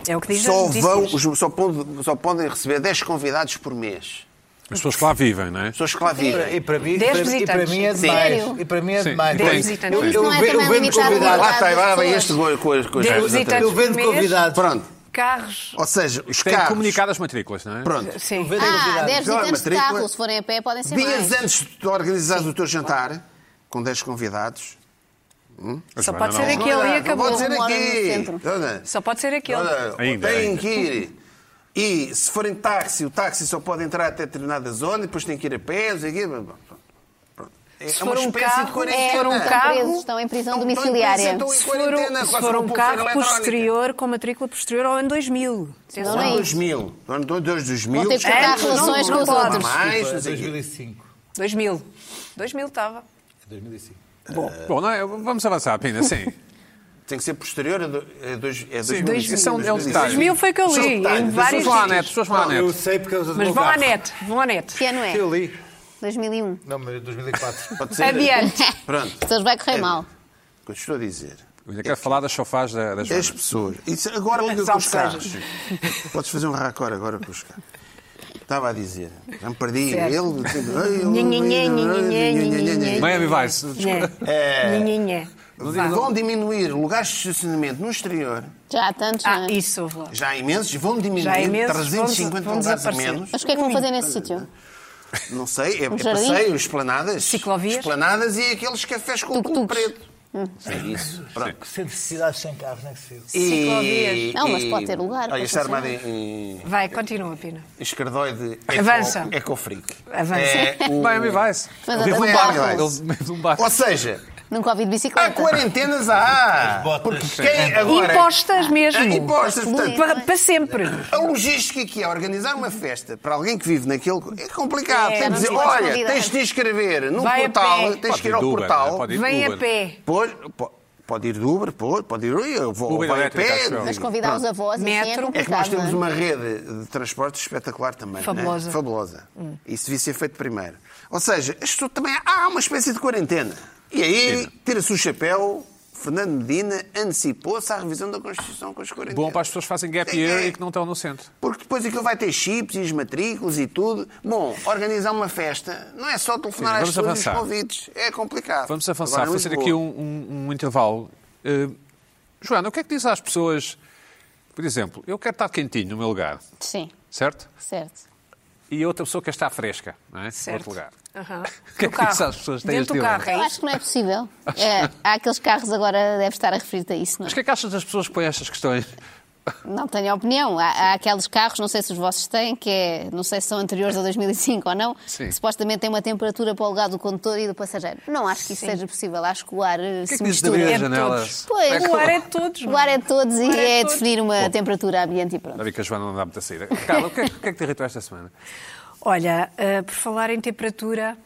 F: É o que diz
E: só,
F: as
E: vão,
F: notícias.
E: os- só, podem, só podem receber 10 convidados por mês.
A: As pessoas que lá vivem, não é?
E: Pessoas que lá
B: E
E: vivem.
B: para mim,
F: Dez
B: para- e para
F: visitantes.
B: mim é
E: Sim.
B: demais.
C: Sério?
B: E para mim é
A: Sim.
B: demais.
A: Dez
F: visitantes.
B: Eu,
F: Mas
B: eu,
C: não é
B: ve- eu
C: também
B: vendo
C: limitar o
B: convidados.
E: Lá está,
C: Convidados,
E: lá vai
C: pessoas.
E: este com, com, com as
F: Dez
E: coisas.
F: visitantes.
B: Eu vendo
F: por mês.
B: convidados.
E: Pronto.
F: Carros.
E: Ou seja, os
A: Têm que
E: carros.
A: comunicar as matrículas, não é?
E: Pronto.
F: Sim.
B: vendo
C: Ah,
B: convidados.
C: 10
E: Olha,
C: visitantes de
E: matrícula.
C: carro, se forem a pé, podem ser mais.
E: Dias antes de tu organizares o teu jantar, com 10 convidados.
A: A
F: Só
A: Joana
F: pode
A: não.
F: ser aquele
E: Não,
F: e
E: não
F: acabou.
E: Pode ser
C: Não mora no
E: aqui.
C: centro.
E: Dona,
F: Só pode ser aquele.
E: Olha,
A: Ainda,
E: têm
A: ainda.
E: que ir. E se forem táxi, o táxi só pode entrar até determinada zona, depois tem que ir a pé, não sei o quê. Pronto. Pronto. É
F: Se
E: uma
F: for um
E: espécie
F: carro,
E: de
C: É,
E: quarentena.
C: se for um
E: Estão
C: carro,
E: presos,
C: estão em prisão
E: estão- estão
C: domiciliária.
E: presos, estão em
F: Se for,
E: quarentena,
F: um- se
E: quase
F: for
E: uma
F: um
E: pulseira
F: carro
E: eletrónica.
F: posterior, com matrícula posterior ao ano 2000.
C: Não,
E: No
C: não é
E: ano
C: isso.
E: 2000. No ano 2000.
C: Vão ter que cortar
E: Antes, não-
C: relações
E: não
C: com os
E: pode
C: outros.
B: é
E: Mais, não sei o quê.
B: 2005.
F: 2000. 2000 estava.
B: É 2005.
A: Bom, não é? vamos avançar, Pina, sim.
E: Tem que ser posterior a, do, a dois, a
A: Sim,
E: 2000.
A: isso é um- é um detalhe.
F: 2000 foi que eu
E: São
F: li,
E: detalhes.
F: em
E: Mas
A: Pessoas
F: vários
A: vão à
F: sítios.
A: net, pessoas vão à net.
B: Eu sei porque eu uso
F: Mas vão à net, vão à net.
C: Que ano é?
B: Eu li.
E: [LAUGHS]
C: 2001.
B: Não, mas 2004.
E: Pode ser.
F: Adiante.
E: Pronto.
C: Isto hoje um. vai correr
E: É.
C: mal.
E: O que eu estou a dizer.
A: Eu ainda quero falar das chofás da,
F: Tá
A: da Joana.
E: As pessoas. Isso, agora liga com os
F: Salve
E: carros. Podes fazer um raccord agora com os carros. Estava a dizer. Já me perdi.
F: Certo.
E: Ele.
F: Nhenhenhé, nhenhenhé, nhenhenhé.
A: Miami Vice. desculpa.
E: É.
F: Nhé. Nhé, nhé.
E: Vão diminuir lugares de estacionamento no exterior.
C: Já há tantos,
F: Ah,
C: não é?
F: isso, houve lá.
E: Já há imensos. Vão diminuir
F: Já há imensos, vão-
E: 350
F: vão
E: lugares a
F: desaparecer.
E: menos.
C: Mas o que é que vão fazer nesse sítio?
E: Ah. Não sei. É, é
C: jardim?
E: passeio, esplanadas.
F: Ciclovias? Hum.
E: Esplanadas e aqueles cafés com
C: Tuk-tuks.
E: tubo preto. É isso. Pronto.
B: [LAUGHS] Sem necessidade, sem carro, não é possível.
E: E-
C: Não, mas
E: e-
C: pode ter lugar para
E: Olha, está
C: funcionar.
E: armado em, em
F: Vai, continua, Pina.
E: escardóide
F: Avança.
E: eco- ecofreak.
F: Avança. [LAUGHS]
E: É, o-
A: Miami Vice.
C: Mas
A: Ele vive
C: anda
A: num
E: de
A: barco.
E: carro.
A: Ele vive num um barco.
E: Ou seja,
C: Nunca ouvi de
E: há
C: bicicleta.
E: quarentenas há.
B: As botas.
E: Porque quem agora...
F: Impostas mesmo.
E: Ah, Impostas, portanto...
F: Para, para sempre.
E: A logística que é organizar uma festa para alguém que vive naquele... É complicado.
F: É,
E: Tem de dizer,
C: vamos lá,
E: olha,
C: convidar.
E: tens de te inscrever num
F: Vai a
E: portal,
F: pé.
E: tens
A: Pode ir
E: que ir ao
A: de Uber,
E: portal.
A: né? Pode ir de
F: Vem a
A: Uber.
F: pé.
E: Pois, po- Pode ir de Uber, pode, pode ir, eu vou,
A: Uber
E: vai a
A: elétrico, acho
E: pé.
A: eu.
C: Mas convidar os
E: Pronto.
C: avós, assim é
F: Metro.
E: É que nós
C: complicado,
E: temos
C: não é?
E: uma rede de transportes espetacular também.
F: Fabulosa. Hum.
E: Não é? Fabulosa. Isso devia ser feito primeiro. Ou seja, isto também há uma espécie de quarentena. E aí, tira-se o chapéu, Fernando Medina antecipou-se à revisão da Constituição com as quarentenas.
A: Bom para as pessoas que fazem gap year e que não estão no centro.
E: Porque depois aquilo vai ter chips e as matrículas e tudo. Bom, organizar uma festa não é só telefonar
A: Sim,
E: às
A: vamos
E: pessoas e os
A: avançar.
E: convites. É complicado.
A: Vamos avançar,
E: Agora, em
A: fazer
E: Lisboa,
A: aqui um, um- um intervalo. Eh, Joana, o que é que diz às pessoas? Por exemplo, eu quero estar quentinho no meu lugar,
C: Sim,
A: certo?
C: certo.
A: E a outra pessoa quer estar fresca, não é? No
F: Certo.
A: outro lugar. [LAUGHS]
F: Aham.
A: O que é
F: No
A: que
F: carro.
A: isso às pessoas têm
F: Dentro
A: este
F: do carro,
A: dilema?
C: Eu
F: é isso?
C: acho que não é
E: [LAUGHS]
C: possível. É, há aqueles carros agora, deve estar a referir-te a isso, não é?
A: Mas o que é que achas das pessoas que põem estas questões?
C: Não tenho opinião. Há, há aqueles carros, não sei se os vossos têm, que é, não sei se são anteriores a 2005 ou não,
A: Sim.
C: que supostamente têm uma temperatura para o lugar do condutor e do passageiro. Não acho que isso seja possível. Acho que o ar eh,
A: O que é
C: se
A: que dizes de
C: mistura.
A: abrir
F: É
A: as
F: de
A: janelas?
F: todos.
C: Pois,
A: que-
F: O ar é de todos.
C: O ar é de todos e
F: O ar é de
C: é,
F: todos.
C: definir uma temperatura ambiente e
A: Já
C: pronto.
A: vi que a Joana não dá muita saída. Carla, o que é, o que, é que te irritou esta semana?
F: Olha, eh, por falar em temperatura,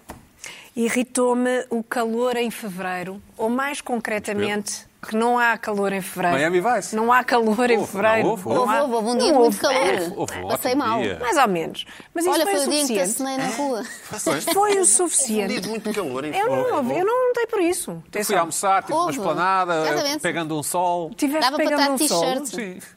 F: irritou-me o calor em fevereiro, ou mais concretamente, que não há calor em fevereiro.
A: Miami Vice.
F: Não há calor em
A: Houve,
F: fevereiro.
A: não houve,
F: Não
C: Houve,
F: há-
C: houve, houve um dia de
F: Não
C: muito
F: houve. é,
C: calor.
A: Houve um
C: Passei
A: ótimo
C: mal.
A: dia.
F: Mais ou menos. Mas isso
C: Olha,
F: foi,
C: foi o
F: o
C: dia em que te
F: suficiente.
C: assinei na
A: [LAUGHS]
C: rua.
F: Foi o
E: Um dia de
F: suficiente.
E: muito calor. em
F: Eu não, eu não dei por isso.
A: Fui
F: Atenção.
A: almoçar, tive uma
C: Houve.
A: esplanada,
C: Exatamente.
A: pegando um sol.
F: Tiveste
C: Dava para
F: pegando
C: estar
F: um sol.
C: t-shirt.
A: Sim.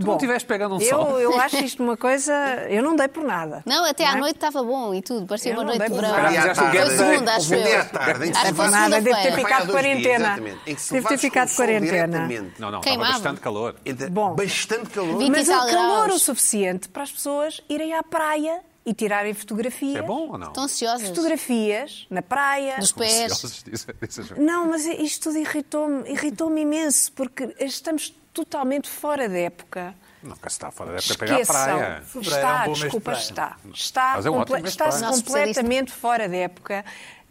A: Tu não tiveste pegando um
F: eu,
A: sol.
F: Eu acho isto uma coisa... Eu não dei por nada.
C: Não, até à
F: é?
C: noite estava bom e tudo. Parecia
F: Eu
C: uma
F: não
C: noite de
F: dei por
C: verão.
E: Um dia
A: Fizeste um
E: à tarde.
A: gap
C: Foi
A: day.
C: segunda, acho
E: Houve um dia à
C: eu.
E: tarde. em que
C: Acho
E: se
C: que foi
E: levaste-
F: nada, deve ter
C: segunda-feira.
E: Vai há
F: ficado
E: dois
F: quarentena.
E: dias, exatamente, em que se
F: Deve ter
E: levaste
F: ficado
E: com o sol
F: quarentena.
E: diretamente.
A: Não, não, estava
C: Queimava.
A: bastante calor.
E: Então,
F: Bom.
E: Bastante calor.
C: Vi-
F: Mas o
C: 20 e tal
F: calor
C: graus.
F: o suficiente para as pessoas irem à praia e tirarem fotografias.
A: É bom ou não?
C: Estão ansiosas.
F: é Fotografias na praia.
C: Dos pés.
A: Ansiosos, diz- diz a Joana.
F: Não, mas isto tudo irritou-me irritou imenso, porque estamos totalmente fora da época.
A: Nunca se está fora da época É para ir à
F: Esqueçam.
A: praia.
B: Fevereiro é um
F: Está,
B: bom mês de
F: desculpa,
B: praia.
F: está. Está,
A: Mas é um
F: comple-
A: ótimo mês de
F: está-se
C: praia. Nosso
F: completamente fora da época.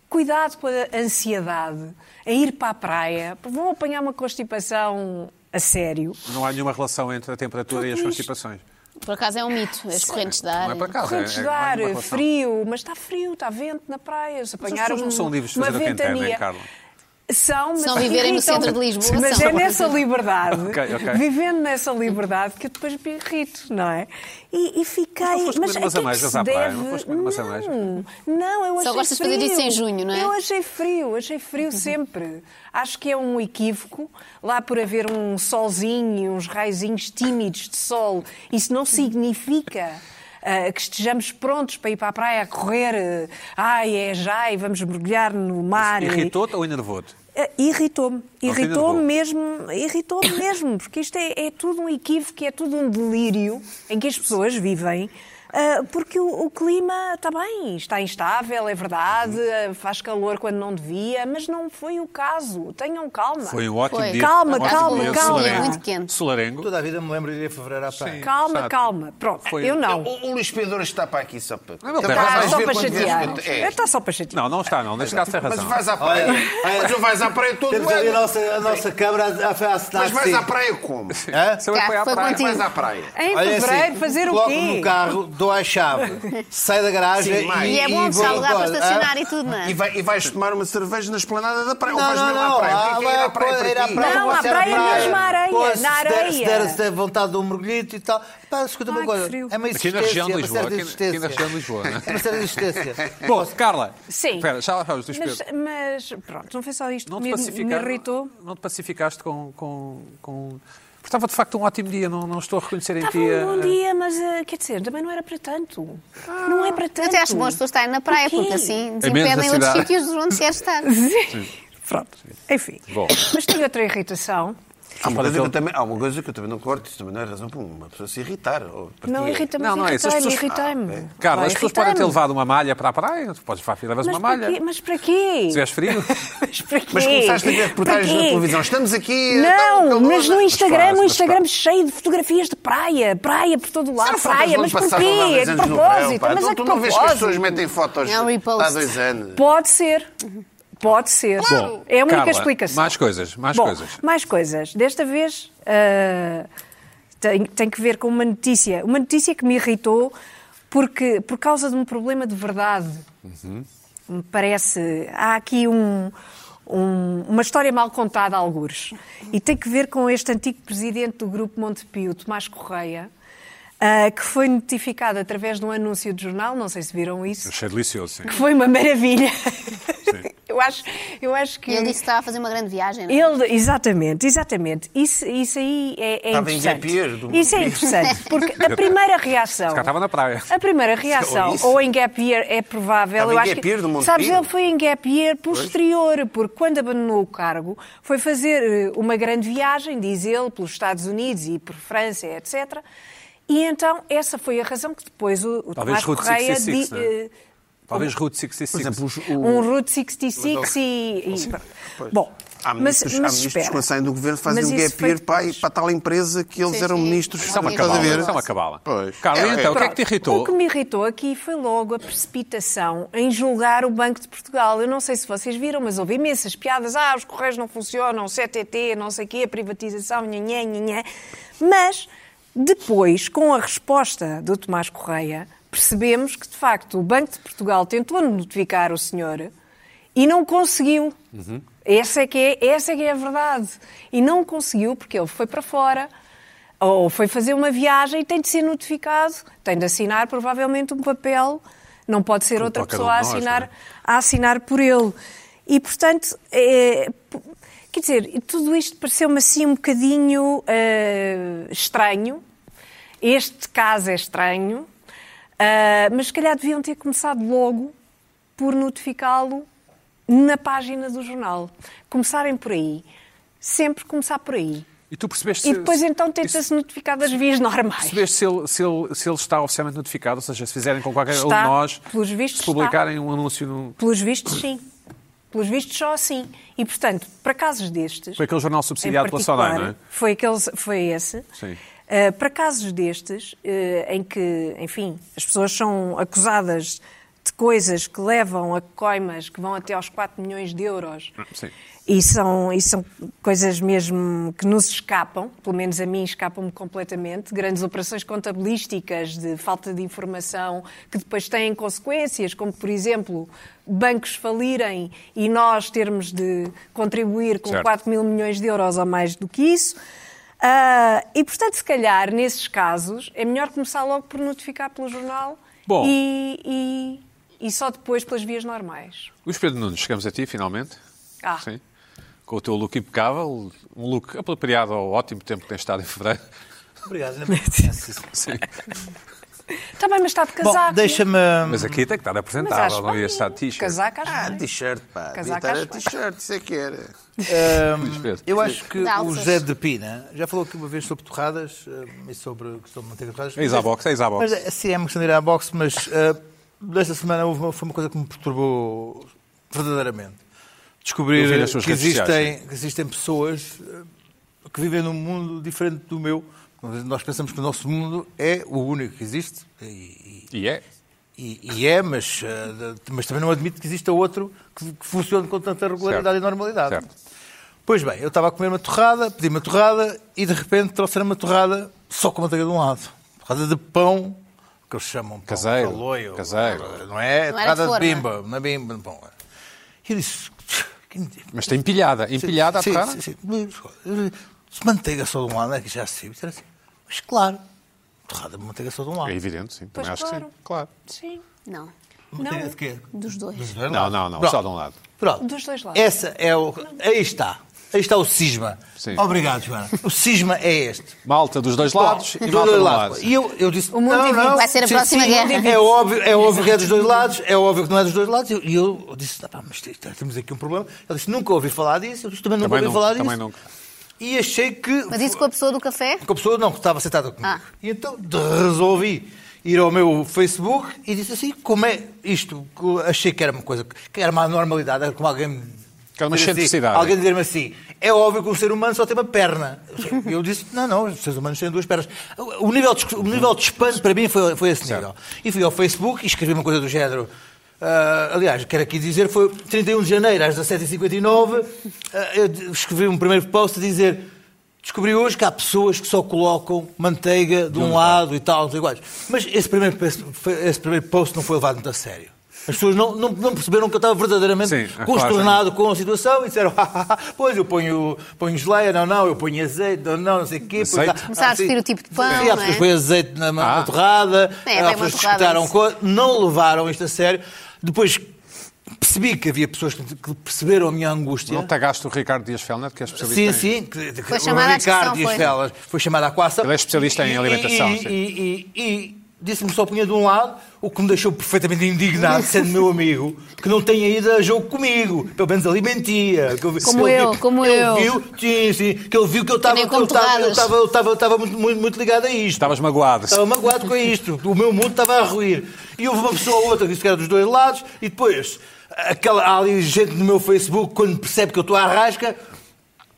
F: Cuidado com a ansiedade, a ir para a praia, porque vão apanhar uma constipação a sério.
A: Não há nenhuma relação entre a temperatura e as
F: Tudo isto.
A: constipações.
C: Por acaso é um mito, as correntes de ar.
A: Não é para
F: Corrente
A: casa. é-
F: de
A: é- não há
F: ar,
A: nenhuma relação.
F: frio, mas está frio, está vento na praia. Se
A: Mas as
F: apanhar
A: pessoas não
F: um-
A: são livres de
F: uma
A: fazer o que entendem,
F: ventania-
A: Carla.
F: São, mas
C: Se não viverem no
F: irritam-
C: centro de Lisboa,
F: Mas
C: são.
F: é nessa liberdade,
A: Ok, ok.
F: vivendo nessa liberdade, que eu depois me irrito, não é? E, e fiquei.
A: Mas não foste
F: mas
A: comer
F: a
A: umas
F: que é que
A: ameijas
F: se
A: à praia?
F: deve?
A: Não foste comer umas ameijas?
F: Não, não, eu
C: Só
F: achei
C: gostas de
F: frio.
C: fazer isso em junho, não é?
F: Eu achei frio,
C: [LAUGHS]
F: achei frio sempre. Acho que é um equívoco, lá por haver um solzinho, e uns raizinhos tímidos de sol, isso não significa... ah, que estejamos prontos para ir para a praia a correr, eh, ai, é já, e vamos mergulhar no mar. e-
A: Irritou-te ou enervou-te?
F: eh, Irritou-me,
A: te
F: irritou-me
A: enervou?
F: mesmo, irritou-me mesmo, porque isto é, é tudo um equívoco, é tudo um delírio em que as pessoas vivem ah, porque o, o clima está bem, está instável, é verdade,
A: Uhum.
F: ah, faz calor quando não devia, mas não foi o caso. Tenham calma.
A: Foi um ótimo
C: Foi.
A: dia.
F: Calma,
A: ótimo
F: calma,
A: dia de
F: calma.
A: Solarengo.
C: Muito quente.
A: Solarengo.
B: Toda a vida me lembro de ir a fevereiro à praia.
F: Calma,
A: Exato.
F: calma. Pronto,
A: Foi- um-
F: eu não.
E: O, o Luís Pedro está para aqui só para.
A: Não, ele
E: Ele
A: tem
E: vai
A: razão.
F: Está
E: mais
F: só
E: ver
F: para
E: quanto vezes
F: chatear.
E: quanto- é.
F: Está só para chatear.
A: Não, não está, não. Neste caso tem
E: Mas
A: razão.
E: vais à praia.
B: Então. Olha.
E: Mas não vais à praia todo
B: Temos ali a
E: ano.
B: nossa, a nossa câmara a, a assinar
E: Mas vais
B: sim.
E: à praia como?
B: Hã?
A: Isso é
C: Cá,
A: apoiar
C: foi
A: a praia.
C: contigo.
E: Vais à praia.
F: Em
B: Olha
A: é
B: assim,
F: fevereiro, fazer o
B: coloco-me
F: quê?
B: no carro, dou a chave, saio da garagem
E: Sim, mais.
B: e,
C: E é bom
B: vou
C: porque há lugar para
B: embora.
C: estacionar
B: Hã?
C: e tudo, não é?
E: E, vai- e vais tomar uma cerveja na esplanada da praia.
B: Não,
E: ou vais
B: não,
E: mesmo
B: não.
E: à praia.
B: Ah,
E: o que é que é ir à
B: vai,
E: praia
B: pode ir
E: para
B: à
E: ti?
B: praia,
F: Não,
B: pode
F: à
B: ser à
F: praia é mesmo, à areia,
B: Pô,
F: na
B: se der- Se der,
F: areia.
B: se der vontade de um mergulhito e tal. Pá, escuta
F: Ai,
B: uma
F: que
B: coisa.
F: frio.
B: É
A: Aqui
B: uma existência.
A: na região de
B: é uma
A: Lisboa.
B: certa
A: Aqui,
B: existência.
A: aqui na região de Lisboa, não é?
B: É uma certa
E: [LAUGHS]
B: existência.
A: Bom, Carla.
F: Sim.
A: Espera, já lá vamos, Luís
F: Mas,
A: Pedro.
F: mas, pronto, não foi só isto
A: Não
F: que
A: te,
F: me,
A: pacifica-
F: me irritou.
A: não te pacificaste com. com, com... Estava de facto um ótimo dia, não, não estou a reconhecer em ti.
F: Estava
A: a-
C: ah,
F: um bom dia, mas eh, quer dizer, também não era para tanto. Não é para
C: Eu
F: tanto.
C: Então, até Ah, acho bom as pessoas estarem na praia,
F: Porquê?
C: porque assim
A: É menos
C: desimpedem
A: a
C: outros
A: cidade.
C: sítios onde é quer estar.
F: [LAUGHS] Pronto, enfim.
A: Bom.
F: Mas tenho outra irritação.
E: Há uma,
A: Para
E: coisa que eu
A: aquele-
E: também, há uma coisa que eu também não corto, isso também não é razão para uma pessoa se irritar. Ou
F: Não, irrita-me,
A: Não, não é isso, as
F: irritei-me,
A: pessoas-
F: irritei-me.
A: Carla,
F: Vai,
A: as pessoas podem ter
F: irritei-me.
A: levado uma malha para a praia, tu podes levar, levas uma
F: Mas para
A: malha.
F: quê? Mas para quê?
A: Se tiveres
F: [LAUGHS]
A: frio.
F: Mas para quê?
E: Mas começaste a ver reportagens
F: Para
E: na
F: quê?
E: televisão. Estamos aqui.
F: Não, é
E: então,
F: mas no
E: calor.
F: Instagram,
A: faz,
F: o
A: mas
F: Instagram cheio de fotografias de praia, praia por todo o
E: Será
F: lado,
E: fotos
F: praia,
E: do
F: mas
E: ano passado, há
F: porquê? A
E: dois
F: que
E: anos no verão,
F: propósito?
E: pá?
F: Mas
E: Então
F: a que
E: tu não vês que as pessoas
F: propósito?
E: metem fotos
C: É um repost.
E: há dois anos.
F: Pode ser, pode ser.
A: Bom,
F: é a única
A: Carla,
F: explicação.
A: mais coisas, mais
F: Bom,
A: coisas.
F: Mais coisas. Desta vez ah, tem, tem que ver com uma notícia. Uma notícia que me irritou porque, por causa de um problema de verdade. Me parece. Há aqui um- um- uma história mal contada, a algures. E tem que ver com este antigo presidente do Grupo Montepio, Tomás Correia. ah, que foi notificado através de um anúncio de jornal, não sei se viram isso,
A: Achei delicioso, sim.
F: que foi uma maravilha. [LAUGHS] Eu acho, eu acho que.
C: Ele disse que estava a fazer uma grande viagem, não é?
F: Ele- exatamente, exatamente. Isso, isso aí é, é
E: Estava em
F: interessante.
E: gap year do-
F: Isso é
A: [LAUGHS]
F: interessante, porque a primeira reação.
A: Se calhar estava na praia.
F: A primeira reação,
E: Ou isso.
F: ou em gap year, é provável.
E: Estava
F: eu
E: em
F: acho
E: gap
F: que-
E: year do Monte
F: Sabes,
E: Pio?
F: ele foi em gap year posterior, porque quando abandonou o cargo, foi fazer eh, uma grande viagem, diz ele, pelos Estados Unidos e por França, etc. E então, essa foi a razão que depois o, o
A: Talvez
F: Tomás
A: Route
F: Correia
A: 66,
F: di-
A: não é?
F: eh,
A: Talvez Route 66.
E: Por exemplo, os- o-
F: um Route 66 e. e- Bom,
E: Há ministros, há
F: mas, mas
E: ministros
F: espera.
E: que quando saem do governo fazem
F: Mas
E: um
F: isso
E: gap year
F: foi
E: para,
F: depois.
E: ir para tal empresa que eles
C: Sim,
E: eram
C: sim.
E: ministros.
C: Isso
A: Isso é uma
E: Estás a
A: cabala.
E: ver?
A: Isso é uma cabala.
E: Pois.
A: Carla,
E: É,
A: então,
E: é.
A: o que é que te irritou?
F: O que me irritou aqui foi logo a precipitação em julgar o Banco de Portugal. Eu não sei se vocês viram, mas houve imensas piadas. Ah, os correios não funcionam, CTT, não sei o quê, privatização, nhanhã, nhanhã. Mas depois, com a resposta do Tomás Correia, percebemos que, de facto, o Banco de Portugal tentou notificar o senhor e não conseguiu.
A: Uhum.
F: Essa, é que é, essa é que é a verdade. E não conseguiu porque ele foi para fora ou foi fazer uma viagem e tem de ser notificado, tem de assinar provavelmente um papel, não pode ser outra
A: qualquer
F: pessoa
A: um
F: a
A: de nós,
F: assinar,
A: não é?
F: a assinar por ele. E, portanto, é, p- quer dizer, tudo isto pareceu-me assim um bocadinho eh, estranho. Este caso é estranho, ah, mas se calhar deviam ter começado logo por notificá-lo na página do jornal. Começarem por aí. Sempre começar por aí.
A: E tu percebeste
F: E
A: se-
F: depois
A: se-
F: então
A: isso-
F: tenta-se notificar das vias normais.
A: percebeste se ele, se, ele, se ele está oficialmente notificado, ou seja, se fizerem com qualquer um de
F: Está.
A: nós,
F: Pelos vistos,
A: se publicarem um anúncio no,
F: Pelos vistos, sim. Pelos vistos, só assim. E portanto, para casos destes.
A: Foi aquele jornal subsidiado
F: em
A: pela Sonai,
F: particular,
A: não é?
F: Foi, aquele, foi esse.
A: Sim.
F: Uh, para casos destes, uh, em que, enfim, as pessoas são acusadas de coisas que levam a coimas que vão até aos 4 milhões de euros.
A: é? Sim.
F: E são, e são coisas mesmo que nos escapam, pelo menos a mim escapam-me completamente. Grandes operações contabilísticas de falta de informação que depois têm consequências, como por exemplo bancos falirem e nós termos de contribuir com
A: Certo.
F: 4 mil milhões de euros ou mais do que isso. Ah, e portanto, se calhar, nesses casos, é melhor começar logo por notificar pelo jornal
A: Bom.
F: e, e, e só depois pelas vias normais.
A: Luís Pedro Nunes, chegamos a ti, finalmente.
F: Ah.
A: Sim. Com o teu look impecável, um look apropriado ao ótimo tempo que tens estado em fevereiro.
B: é? Obrigado, ainda bem que penso isso.
A: Sim.
F: Está bem, mas está de
B: Bom,
F: casaco.
B: deixa-me.
A: Mas aqui tem que estar
F: Mas acho
A: apresentável, não
F: bem.
A: ia estar de t-shirt.
F: Casaco, acho
E: Ah,
F: bem.
E: t-shirt, pá. Devia
F: Casaco
E: estar a
F: às quatro.
E: t-shirt, isso é que era.
A: Pois é.
B: Eu acho que
C: De
B: o
C: alças.
B: José de Pina já falou aqui uma vez sobre torradas eh, e sobre a questão de manteiga de torradas.
A: É isso à boxe, é isso à boxe.
B: Mas eh, sim, é uma questão de ir à boxe, mas eh, desta semana houve uma- foi uma coisa que me perturbou
A: Eu
B: verdadeiramente.
A: vi
B: Descobrir
A: nas suas
B: que
A: redes sociais,
B: existem, que existem pessoas eh, que vivem num mundo diferente do meu. Nós- Nós pensamos que o nosso mundo é o único que existe e- e
A: E é.
B: e, e é, mas, eh, de- mas também não admito que exista outro que, que funcione com tanta regularidade
A: Certo.
B: e normalidade.
A: Certo.
B: Pois bem, eu estava a comer uma torrada, pedi uma torrada e de repente trouxeram uma torrada só com manteiga de um lado. Torrada de pão, que eles chamam pão
A: Caseiro,
B: de aloio,
A: caseiro.
B: Não é?
C: Não era de né?
B: torrada de
C: forma.
B: bimba, uma bimba de pão. é. E eu disse... "Que-
A: Mas tem empilhada. Empilhada
B: sim,
A: a torrada?
B: sim, sim. Mas, Se manteiga só de um lado, é que já se viu. Mas claro, torrada de manteiga só de um lado.
A: É evidente, sim. Também
F: Ah. Pois
A: acho que
F: claro.
A: sim. Claro.
F: Sim.
C: Não,
B: Manteiga
F: Não.
B: de quê?
C: dos dois.
A: Não, não, não.
B: Pronto.
A: Só de um lado.
B: Pronto.
F: Dos dois lados.
B: Essa é o... Aí está. Aí está o cisma.
A: Sim.
B: Obrigado, Joana. O cisma é este.
A: Malta dos dois lados e
B: Bom, dos
A: malta
B: dois
A: do
B: lados.
A: lado.
B: E eu, eu disse,
F: mundo
B: não,
F: divide.
B: não.
C: Vai ser a
B: sim,
C: próxima
B: sim,
C: guerra.
B: É óbvio, é óbvio que é dos dois lados, é óbvio que não é dos dois lados. E eu, e eu disse, "Ah, pá, mas isto- temos aqui um problema. Ele disse, nunca ouvi falar disso. Eu disse, também nunca
A: Também
B: ouvi
A: nunca,
B: falar
A: também
B: disso.
A: nunca.
B: E achei que...
C: Mas isso com a pessoa do café?
B: Com a pessoa não, que estava sentada comigo.
C: Ah.
B: E então de- resolvi ir ao meu Facebook e disse assim, como é isto? Que eu Achei que era uma coisa, que era uma normalidade, era como alguém... me-
A: Que era uma
B: dizer assim,
A: excentricidade.
B: Alguém dizer-me assim, é óbvio que um ser humano só tem uma perna. Eu disse, não, não, os seres humanos têm duas pernas. O- O nível de, o nível de espanto para mim foi, foi esse nível. E fui ao Facebook e escrevi uma coisa do género... ah, aliás, quero aqui dizer, foi 31 de janeiro às 17h59, ah, eu de- escrevi um primeiro post a dizer Descobri hoje que há pessoas que só colocam manteiga de um lado e tal, não sei quais. Mas esse primeiro, esse primeiro post não foi levado muito a sério. As pessoas não, não, não perceberam que eu estava verdadeiramente
A: Sim, a
B: consternado com a situação e disseram: [LAUGHS] "Ah, ah, ah, pois eu ponho, ponho geleia, não, não, eu ponho azeite, não, não, não sei o quê. pois
A: Azeite?
B: há-
C: Começaram a
B: há- sim.
C: discutir o tipo de pão,
B: Sim, há
C: não é?
B: pessoas que põem azeite na, na
A: Ah.
B: torrada,
C: É,
B: há
C: bem, uma
B: pessoas que
C: torrada,
B: escutaram
C: isso.
B: co- não levaram isto a sério. Depois percebi que havia pessoas que que perceberam a minha angústia.
A: Não te agaste o Ricardo Dias Felnet, que é especialista
B: Sim,
A: em-
B: sim. que- que-
C: Foi
B: o
C: chamada à
B: Ricardo
C: discussão,
B: e as
C: foi.
B: velas. Foi chamada à coação.
A: Ele é especialista em
B: E-
A: alimentação,
B: E,
A: sim.
B: e- e- e disse-me que só punha de um lado, o que me deixou perfeitamente
C: [LAUGHS]
B: indignado, sendo meu amigo, que não tenha ido a jogo comigo. Pelo menos alimentia. que vi-
C: Como
B: que
C: eu,
B: vi-
C: como
B: que ele
C: eu.
B: Viu, sim, sim. Que ele viu que eu estava
C: nem como
B: eu estava- eu
C: torradas.
B: estava- eu estava- eu estava muito, muito, muito ligado a isto.
A: Estavas magoado.
B: Estava magoado com isto. O meu mundo estava a ruir. E houve uma pessoa ou outra que disse que era dos dois lados, e depois aquela, há ali gente no meu Facebook, quando percebe que eu estou à rasca,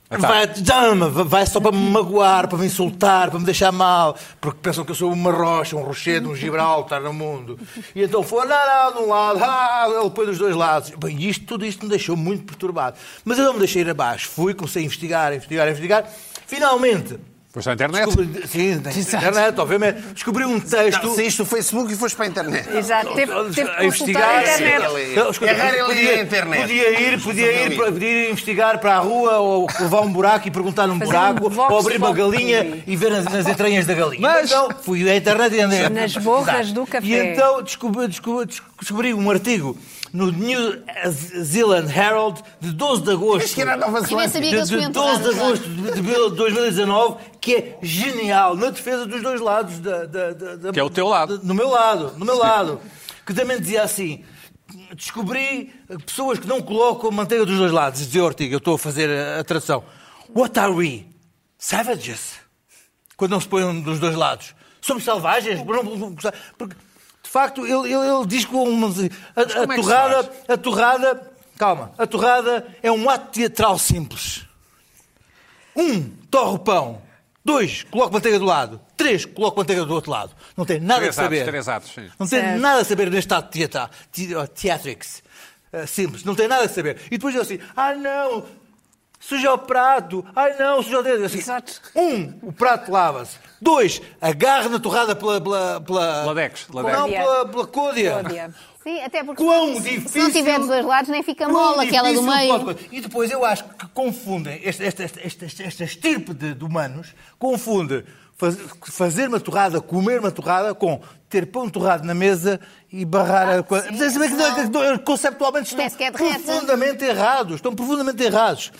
A: tá.
B: vai, dama, vai só para me magoar, para me insultar, para me deixar mal, porque pensam que eu sou uma rocha, um rochedo, um Gibraltar no mundo. E então foi, não, não, de um lado, ah, ele põe dos dois lados. Bem, isto, tudo isto me deixou muito perturbado. Mas eu não me deixei ir abaixo. Fui, comecei a investigar, a investigar, a investigar. Finalmente,
A: Pois na internet.
B: Descobri, sim, na internet, obviamente. Descobri um texto.
E: Não, saíste do Facebook e foste para a internet.
F: Exato, teve, teve
B: a
F: que consultar a
B: investigar.
F: internet.
E: Sim.
B: Não, escuta,
E: É raro ele ir
B: podia-
E: à internet.
B: Podia ir, podia ir,
E: Não
B: para- podia ir investigar para a rua ou levar um buraco e perguntar num
F: Fazer
B: buraco
F: um vox
B: ou abrir uma
F: populi.
B: galinha e ver nas, nas entranhas da galinha. Mas não, fui à internet e andei a
F: Nas
B: pesquisar.
F: borras do café.
B: E então descobri, descobri- descobri um artigo no New Zealand Herald de 12 de agosto
E: Tens que ir à Nova
C: Eu nem
E: Zelândia.
C: sabia que
B: de,
C: eles
B: de
C: podiam
B: 12 de
C: torradas.
B: agosto de 2019, que é genial, na defesa dos dois lados. Da, da- da- da-
A: Que é o teu lado.
B: do meu lado, no meu lado. Que também dizia assim. Descobri pessoas que não colocam manteiga dos dois lados. Dizia Ortiga, eu estou a fazer a a tradução. What are we? Savages? Quando não se põem um dos dois lados. Somos selvagens? Não- não- não- Porque, de facto, ele, ele- ele diz que uma, a, a
A: como é que se
B: torrada, a torrada, calma, a torrada é um ato teatral simples. Um, torre o pão. Dois, coloco manteiga do lado. Três, coloco manteiga do outro lado. Não tem nada
A: Três
B: a saber.
A: atos, três atos, sim.
B: Não tem
F: Certo.
B: nada a saber neste ato teatral. te- ó, Theatrics. Ah, Simples, não tem nada a saber. E depois eu assim, ah não, suja o prato, ai não, suja o dedo. Eu Assim,
F: Exato.
B: Um, o prato lava-se. Dois, agarra na torrada pela... Pela, pela,
A: Ladex, ladex.
B: Não,
F: Côdea.
B: pela, pela côdea.
F: Cláudia.
C: Sim, até porque
B: Quão
C: se não
B: difícil
C: tiver dos dois lados nem fica
B: Quão
C: mole aquela é do
B: difícil
C: meio.
B: pode- E depois eu acho que confundem, esta, esta, esta, esta, esta- esta estirpe de, de humanos confunde faz- fazer uma torrada, comer uma torrada, com ter pão torrado na mesa e barrar
C: Ah,
B: a coisa. Mas é que não- que não-
C: é
B: Conceptualmente estão
C: Nem sequer derrete.
B: profundamente errados. Estão profundamente errados.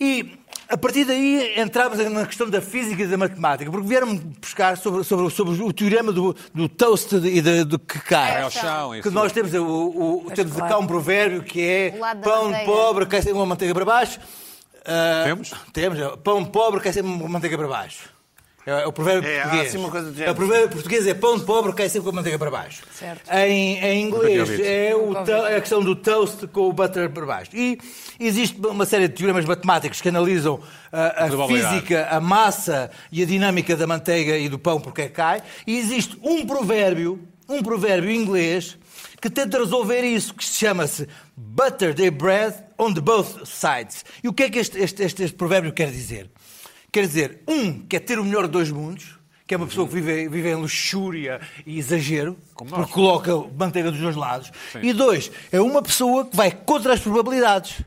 B: E A partir daí entramos na questão da física e da matemática, porque vieram-me buscar sobre, sobre, sobre o teorema do, do toast e da- do que cai.
A: Cai ao chão, isso.
B: que nós temos, é, o, o- o- temos
F: claro.
B: cá um provérbio que é
C: O lado da
B: pão
C: manteiga.
B: pobre cai sempre uma manteiga para baixo. Ah,
A: Temos?
B: Temos. é, Pão pobre cai sempre uma manteiga para baixo. É o provérbio
E: É, há
B: português.
E: assim uma coisa do
B: o
E: género.
B: provérbio português é pão de pobre cai sempre com a manteiga para baixo.
F: Certo.
B: Em, em inglês
A: ouvido.
B: é o
F: Nunca
B: to-
F: ouvi.
B: é a questão do toast com o butter para baixo. E existe uma série de teoremas matemáticos que analisam ah, a
A: Probabilidade.
B: física, a massa e a dinâmica da manteiga e do pão porque é que cai. E existe um provérbio, um provérbio inglês que tenta resolver isso, que se chama-se butter the bread on the both sides. E o que é que este, este, este, este provérbio quer dizer? Quer dizer, um quer ter o melhor de dois mundos, que é uma pessoa que vive, vive em luxúria e exagero,
A: Como nós.
B: porque coloca manteiga dos dois lados. E dois, é uma pessoa que vai contra as probabilidades.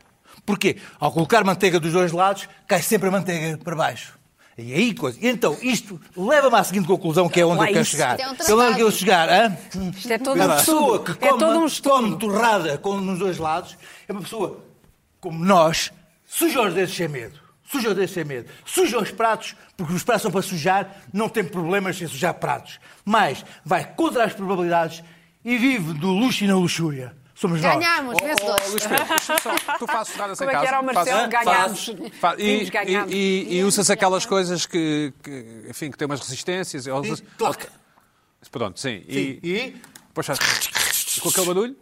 B: Porquê? Ao colocar manteiga dos dois lados, cai sempre a manteiga para baixo. E aí, coisa. E então, isto leva-me à seguinte conclusão, que é onde
F: Lá
B: eu quero
F: isso.
B: chegar.
C: Isto é um
B: Pelo onde eu quero
C: tratado.
B: chegar, hã?
F: Isto é todo um
B: Uma pessoa
F: estudo.
B: que
F: É
B: come,
F: todo um
B: come
F: estudo.
B: torrada com, nos dois lados é uma pessoa como nós, suja os dedos sem medo. Suja os dedos sem medo. Suja os pratos, porque os pratos são para sujar, não tem problemas em sujar pratos. Mas vai contra as probabilidades e vive do luxo e na luxúria. Somos nós.
C: Ganhámos,
A: Oh,
C: vencedores.
A: Luís Pedro, deixa-me só- tu fazes nada sem
F: Como é
A: casa.
F: que era o
A: Fazes-
F: Marcelo? Ganhámos.
A: fazes- fa-
F: Vimos,
A: E,
F: ganhámos.
A: e, e, e usas aquelas coisas que, que, enfim, que têm umas resistências. ou
B: E
A: usas-
B: toca.
A: Pronto, sim.
B: E,
A: E, depois fazes com aquele barulho,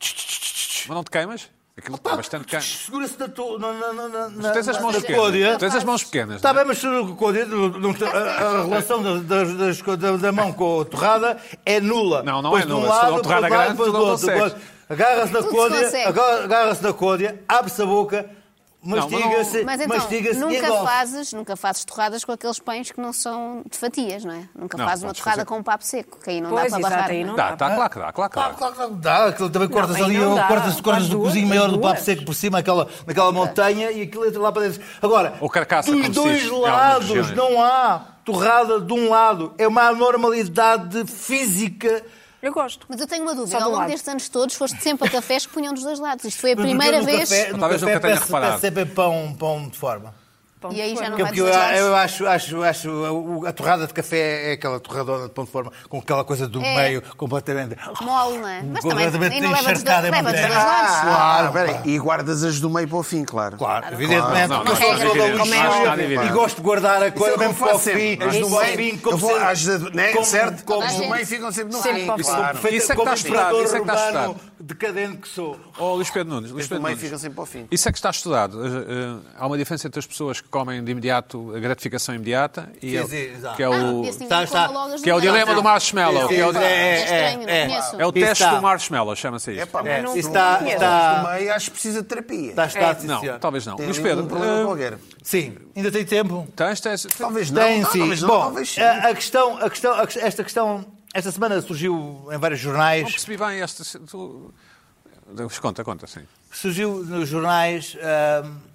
A: mas não te queimas. Aquilo está bastante queima.
B: segura-se na tua. Na, na, na, na,
A: Tu tens as mãos
B: na
A: pequenas.
B: códia.
A: Tu tens as mãos pequenas.
B: Está
A: não é?
B: bem, mas se não- com o dedo, não tem- a, a relação da, das- das co- da- da mão com a torrada é nula.
A: Não, não
B: Pois
A: é
B: de
A: nula.
B: Um
A: Se
B: lado,
A: não torrada
B: depois
A: grande,
B: do
A: tu não
B: outro, depois do outro. Agarra-se na
C: Tudo se
B: códia,
C: consegue.
B: agarra- agarra-se na códia, abre-se a boca,
A: mas não-
B: mastiga-se,
C: Mas então,
B: oh, mastiga-se e
C: nunca
B: engole.
C: fazes, nunca fazes torradas com aqueles pães que não são de fatias, não é? Nunca
A: Não,
C: fazes uma
A: podes
C: torrada
A: fazer-
C: com um papo seco, que aí não
F: Pois,
C: dá para
F: exato,
C: barrar.
F: aí
C: não é?
F: não
A: Dá, dá, claro que dá, claro que
B: Claro,
A: dá.
B: claro, claro que dá. Aquilo também cortas
F: aí
B: ali, um,
F: não dá.
B: cortas, cortas
F: Faz
B: do
F: duas,
B: cozinho maior
F: faz
B: do papo
F: duas.
B: seco por cima, aquela, naquela montanha, e aquilo entra lá para dentro. Agora,
A: Ou carcaça,
B: dos
A: como se
B: dois
A: diz, É um em algumas
B: lados
A: regiões.
B: não há torrada de um lado. É uma anormalidade física.
F: Eu gosto.
C: Mas eu tenho uma
F: Só
C: dúvida.
F: do
C: Ao longo
F: lado.
C: destes anos todos, foste sempre a cafés que punham dos dois lados. Isto foi É a
B: Mas no-
C: primeira
B: no
C: vez.
B: Café, no
A: Talvez
B: café
A: nunca tenha
B: peço-
A: reparado.
B: peço sempre pão, pão de forma. é
F: Pão
C: E aí
F: de
C: já não
B: Porque
C: é. vai
B: eu,
C: desistir.
B: eu acho, acho, acho o- a torrada de café é aquela torradona de pão de forma, com aquela coisa do
C: É.
B: meio completamente.
C: Mole, não é? Mas também
B: Um completamente
C: nem não leva dos dois
B: encharcada em É
C: leva dos dois
B: manteiga.
C: lados.
E: Ah,
B: Claro,
E: espera aí. E guardas as do meio para o fim, claro.
B: Claro, evidentemente.
A: Não, não,
B: porque eu
A: não,
B: sou
A: não,
B: toda
A: não,
B: luxúria
A: não, não, não, não.
B: E gosto de guardar a
E: Isso é
B: coisa
E: o que eu
B: mesmo para o
E: faço
B: fim.
E: sempre. As do
B: Como ao
E: meio,
B: fim,
E: eu
B: como
E: vou,
B: sempre-
E: as de- né,
B: como-
E: certo?
B: como-
A: é
E: as do
C: gente.
E: meio ficam sempre no
F: Sempre
E: meio.
F: para o fim.
E: Claro.
B: Feita
A: Isso é que
B: como
A: está estudado,
B: historiador
A: isso é que está
B: urbano decadente que sou.
A: Oh, Luís Pedro Nunes, Luís
E: As do
A: Pedro
E: meio
A: Nunes.
E: ficam sempre para o fim.
A: Isso é que está estudado. Eh, eh, Há uma diferença entre as pessoas que comem de imediato a gratificação imediata e
B: Sim,
A: o-
B: sim, exato.
A: que é o,
C: Ah, esse
B: Tá,
C: ninguém
B: tá.
C: come logo as
A: que é o
C: duas
A: dilema
C: lados.
A: do marshmallow. Que é, o,
C: é.
A: é o
B: Isso
A: teste
B: está.
A: do marshmallow, chama-se isto.
E: Epá, mas
B: É,
E: não-
B: isso está-
E: não-
B: está-
E: as do meio acho que precisa de terapia.
B: Está, está,
F: É.
B: sim,
A: Não,
B: senhor.
A: talvez não.
E: Tem
A: Tá. Luís
E: ali
A: Pedro,
E: um problema
A: eh,
E: qualquer.
B: Sim, ainda tem tempo.
A: tens, tens,
E: Talvez não.
B: Tem
E: não,
B: sim.
E: Talvez não,
B: Bom,
E: talvez sim.
A: eh,
B: a, a questão, a questão, a que- esta questão, esta semana surgiu em vários
A: não
B: jornais,
A: percebi bem esta. Tu... Conta, conta, sim.
B: surgiu nos jornais ahm,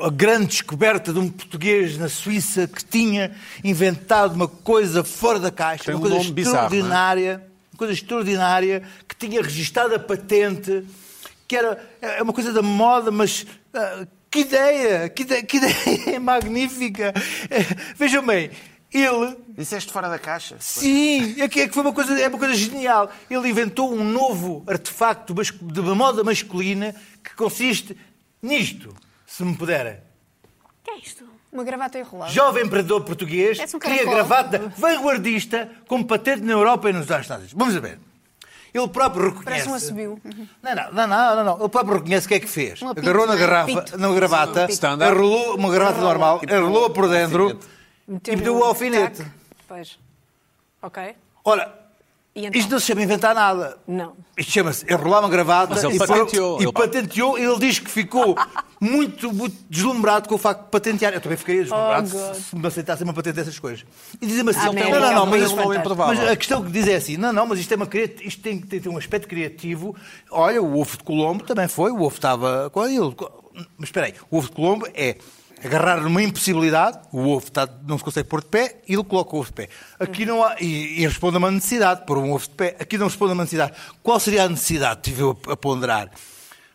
B: a grande descoberta de um português na Suíça que tinha inventado uma coisa fora da caixa,
A: Tem
B: uma
A: um
B: coisa
A: nome bizarro, não é?
B: extraordinária, uma coisa extraordinária que tinha registado a patente, que era é uma coisa da moda, mas ah, que ideia, que ideia, que [LAUGHS] ideia magnífica. Eh, Vejam bem, ele
E: Disseste fora da caixa.
B: Sim, é que, é que foi uma coisa, é uma coisa genial. Ele inventou um novo artefacto mas- de uma moda masculina que consiste nisto, se me puderem.
F: O que é isto? Uma gravata enrolada.
B: Jovem empreendedor português,
C: Parece um
B: cria
C: caracol.
B: gravata vanguardista com patente na Europa e nos Estados Unidos. Vamos a ver. Ele próprio reconhece.
F: Parece um assobio.
B: Não, não, não, não, não, não. Ele próprio reconhece o que é que fez.
C: Um apito,
B: Agarrou na
C: não é?
B: garrafa,
F: Apito.
B: na gravata,
A: Standard.
B: enrolou uma gravata normal, enrolou por dentro e
F: Meteu-lhe
B: deu o
F: um
B: alfinete.
F: tac. Pois. Ok.
B: Ora,
F: E então?
B: isto não se chama inventar nada.
F: Não.
B: Isto chama-se enrolar uma gravata
A: Mas ele
B: e, pôr-
A: patenteou,
B: e
A: ele-
B: patenteou. Ele diz que ficou muito, muito deslumbrado com o facto de patentear. Eu também ficaria deslumbrado
F: Oh, God.
B: se, se me aceitassem uma patente dessas coisas. E dizem-me assim:
F: Ele tem
B: não,
F: um-
B: não,
F: ele
B: não,
F: tem
B: mas,
F: um
B: isto-
A: nome improvável.
B: mas a questão que diz é assim: não, não, mas isto, é uma, cria- isto tem que ter ter um aspecto criativo. Olha, o ovo de Colombo também foi, o ovo estava. com ele. Mas espera aí, o ovo de Colombo é. Agarrar numa impossibilidade, o ovo está- não se consegue pôr de pé, ele coloca o ovo de pé. Aqui não há. E, e responde a uma necessidade, pôr um ovo de pé. Aqui não responde a uma necessidade. Qual seria a necessidade? Tive eu a ponderar.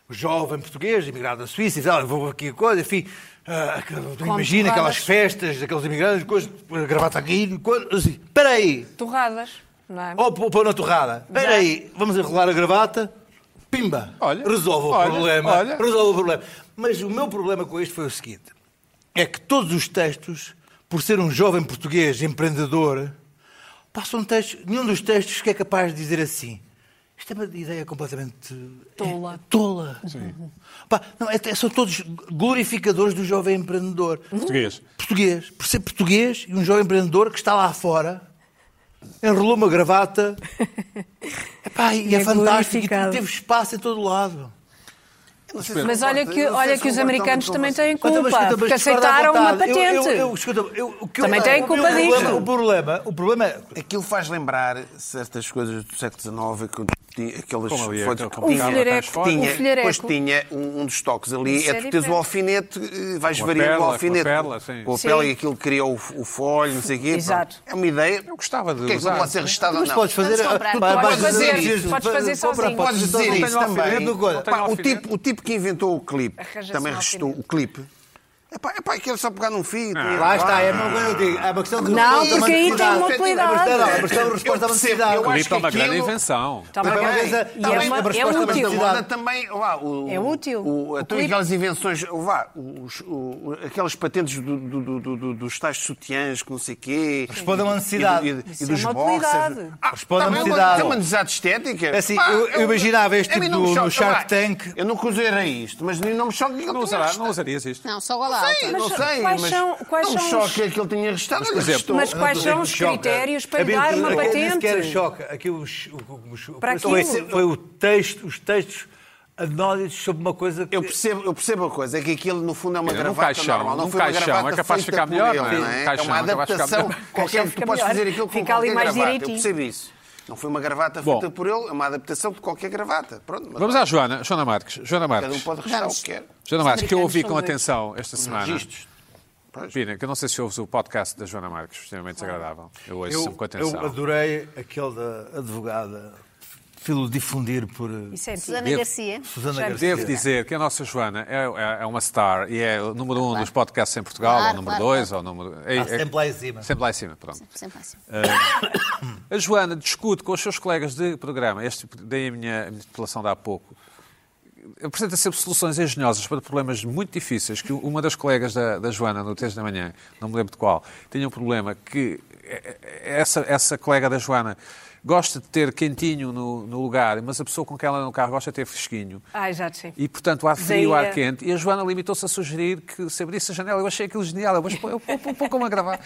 B: jovem português, imigrado da Suíça, e diz, "Ah, vou aqui a coisa, enfim. ah, que- tu imagina
F: torradas.
B: aquelas festas daqueles imigrantes, coisa, gravata aqui, coisa, assim, espera aí,
F: Torradas, não é?
B: ou pô- Oh, pôr na torrada, espera aí, vamos enrolar a gravata, pimba,
A: Olha,
B: resolve o
A: olha,
B: problema,
A: olha.
B: resolve o problema. Mas o meu problema com isto foi o seguinte, é que todos os textos, por ser um jovem português empreendedor, passam textos, nenhum dos textos que é capaz de dizer assim, isto é uma ideia completamente
F: Tola.
B: é- tola. Pá, não, é- é- são todos glorificadores do jovem empreendedor
A: Português.
B: português, por ser português e um jovem empreendedor que está lá fora, enrolou uma
F: [LAUGHS]
B: gravata Epá, e,
F: E
B: é,
F: é
B: fantástico, e
F: glorificado.
B: teve espaço em todo lado.
E: Não sei se
F: Mas olha
E: concordo,
F: que,
E: não sei
F: olha
E: se
F: que os
E: concordo
F: americanos
E: com
F: também
E: vocês.
F: têm
B: Mas,
F: culpa,
B: mas, escuta, mas
F: porque
B: discorda à
F: aceitaram uma
B: vontade. Eu- eu-
F: patente.
B: eu- escuta, eu- o que eu-
F: Também têm
B: o meu
F: culpa
B: problema-
F: disto.
B: O problema, o problema é.
E: Aquilo faz lembrar certas coisas do século XIX, que eu tinha- aquelas
A: Como ali, é
E: fontes
A: aquele
E: que
A: complicado,
E: tinha-
F: Um filhareco.
A: atrás fora.
E: tinha,
F: O filhareco.
E: depois tinha um, um dos toques ali,
F: Isso
E: é
F: é
E: tu tens
F: diferente.
E: o alfinete, eh, vais
A: Com a
E: variando
A: perla,
E: o
A: com a
E: alfinete.
A: perla, sim.
E: com a
F: Sim.
E: perna e aquilo cria o, o folho, não sei o quê.
F: Exato.
E: pronto. É uma ideia.
A: Eu gostava de
E: Porque é que
A: usar.
E: não pode ser restado ou
B: Mas
E: não?
B: podes fazer.
C: Vamos comprar.
B: pá,
C: Podes
B: vais
F: fazer,
B: dizer-
F: podes
B: compra,
F: fazer sozinho.
B: podes
E: Podes
B: dizer
E: dizer
B: isso
E: isso
B: também.
E: também.
B: Mesma coisa.
A: Não tenho
E: Pá, o,
A: alfinete.
E: tipo, o tipo que inventou o clipe
F: Arranja-se
E: também
F: um
E: restou
F: alfinete.
E: o clipe. É pá, é pá, aquele só pegar num fio.
B: Lá está, é uma coisa que eu digo. É uma questão de.
F: Não,
B: resposta à
F: porque aí tem
B: necessidade.
F: uma utilidade.
B: É uma questão- É uma questão de resposta à
E: Eu percebo,
B: necessidade.
E: eu
A: Clipe
E: acho
A: é uma
E: que aquilo-
A: grande invenção.
F: Tá bem,
B: Também
E: Também,
B: é
F: e é uma-
B: uma
F: é
B: resposta à
E: Mas
F: útil.
E: da moda
B: necessidade.
E: também. Vá, o,
F: É útil.
E: O,
F: O
E: então,
F: clipe.
E: aquelas invenções. Vá, os, o, aquelas patentes do, do, do, do, do, dos tais sutiãs, que não sei quê.
B: Responde a uma
E: E do-
B: necessidade. tá
E: E, do- e
F: Isso é
E: dos
F: uma
E: boxers.
F: utilidade.
E: Ah,
B: Responde a é uma
E: também
B: necessidade.
E: Tem uma necessidade estética.
B: É assim,
E: Pá,
B: eu- eu imaginava este
E: a mim
B: tipo
E: não me
B: do-
E: choca,
B: no Shark
E: vá,
B: Tank.
E: Eu nunca usei era isto, mas não me choca que ele
A: Não,
E: tenha
A: usará, não
E: restado.
A: usarias isto.
C: Não, só gola alta.
E: Sei, não
F: Mas
E: sei,
F: quais
E: mas
F: são- quais
E: não me
F: são os-
E: choca que ele tinha restado.
A: por exemplo,
E: restou.
F: Mas quais são os critérios
B: É
F: para lhe dar uma
B: Aquilo que é era
F: patente?
B: choca. Aquilo, os- o- o- o-
F: Para
B: foi,
F: aquilo.
B: foi o texto, os textos anóditos sobre uma coisa que...
E: Eu percebo, eu percebo a coisa, é que aquilo no fundo é uma
A: Num
E: gravata
A: caixão,
E: normal, não
A: num
E: foi uma
A: caixão,
E: gravata
A: é capaz de
E: feita
A: ficar
E: por
A: melhor,
E: ele,
A: não é?
E: é?
A: Caixão
E: uma
A: é capaz de ficar
E: adaptação
A: melhor.
F: Caixão
E: qualquer, tu
F: fica
E: podes
F: melhor.
E: fazer aquilo com
F: Fica ali
E: qualquer
F: mais
E: gravata,
F: direitinho.
E: eu percebo isso. Não foi uma gravata
A: Bom.
E: feita por ele, é uma adaptação de qualquer gravata. Pronto, mas
A: Vamos à Joana, Joana Marques. Joana
E: cada um
A: Marques.
E: pode restar o
C: Vamos.
E: que quer.
A: Joana Marques, que eu ouvi com
F: Americanos
A: atenção esta semana.
E: Registros.
A: Pina, que eu não sei se ouves o podcast da Joana Marques, extremamente desagradável. Eu ouço sempre com atenção.
B: eu adorei aquele da advogada, filo difundir por eh,
F: Isso é
C: Susana
A: Devo-
C: Garcia.
B: Susana
F: Já
B: Garcia.
A: Devo dizer que a nossa Joana é, é- é uma star e é o número um dos podcasts em Portugal,
C: Claro,
A: ou número
C: claro,
A: dois, ou número. É,
B: Ah, sempre lá em cima.
A: Sempre lá em cima, pronto.
C: Sempre assim.
B: Ah.
A: A Joana discute com os seus colegas de programa, este, daí a minha a minha interpelação de há pouco, apresenta sempre soluções engenhosas para problemas muito difíceis, que uma das colegas da, da Joana, no 3 da manhã, não me lembro de qual, tinha um problema que eh, eh, essa, essa colega da Joana gosta de ter quentinho no, no lugar, mas a pessoa com quem ela anda no carro gosta de ter fresquinho.
F: Ai, já te sei.
A: E, portanto, ar frio,
F: Daí
A: ar
F: a-
A: quente. E a Joana limitou-se a sugerir que se abrisse a janela. Eu achei aquilo genial. Eu, mas, pô, eu, pô, pô, pô, como a gravar.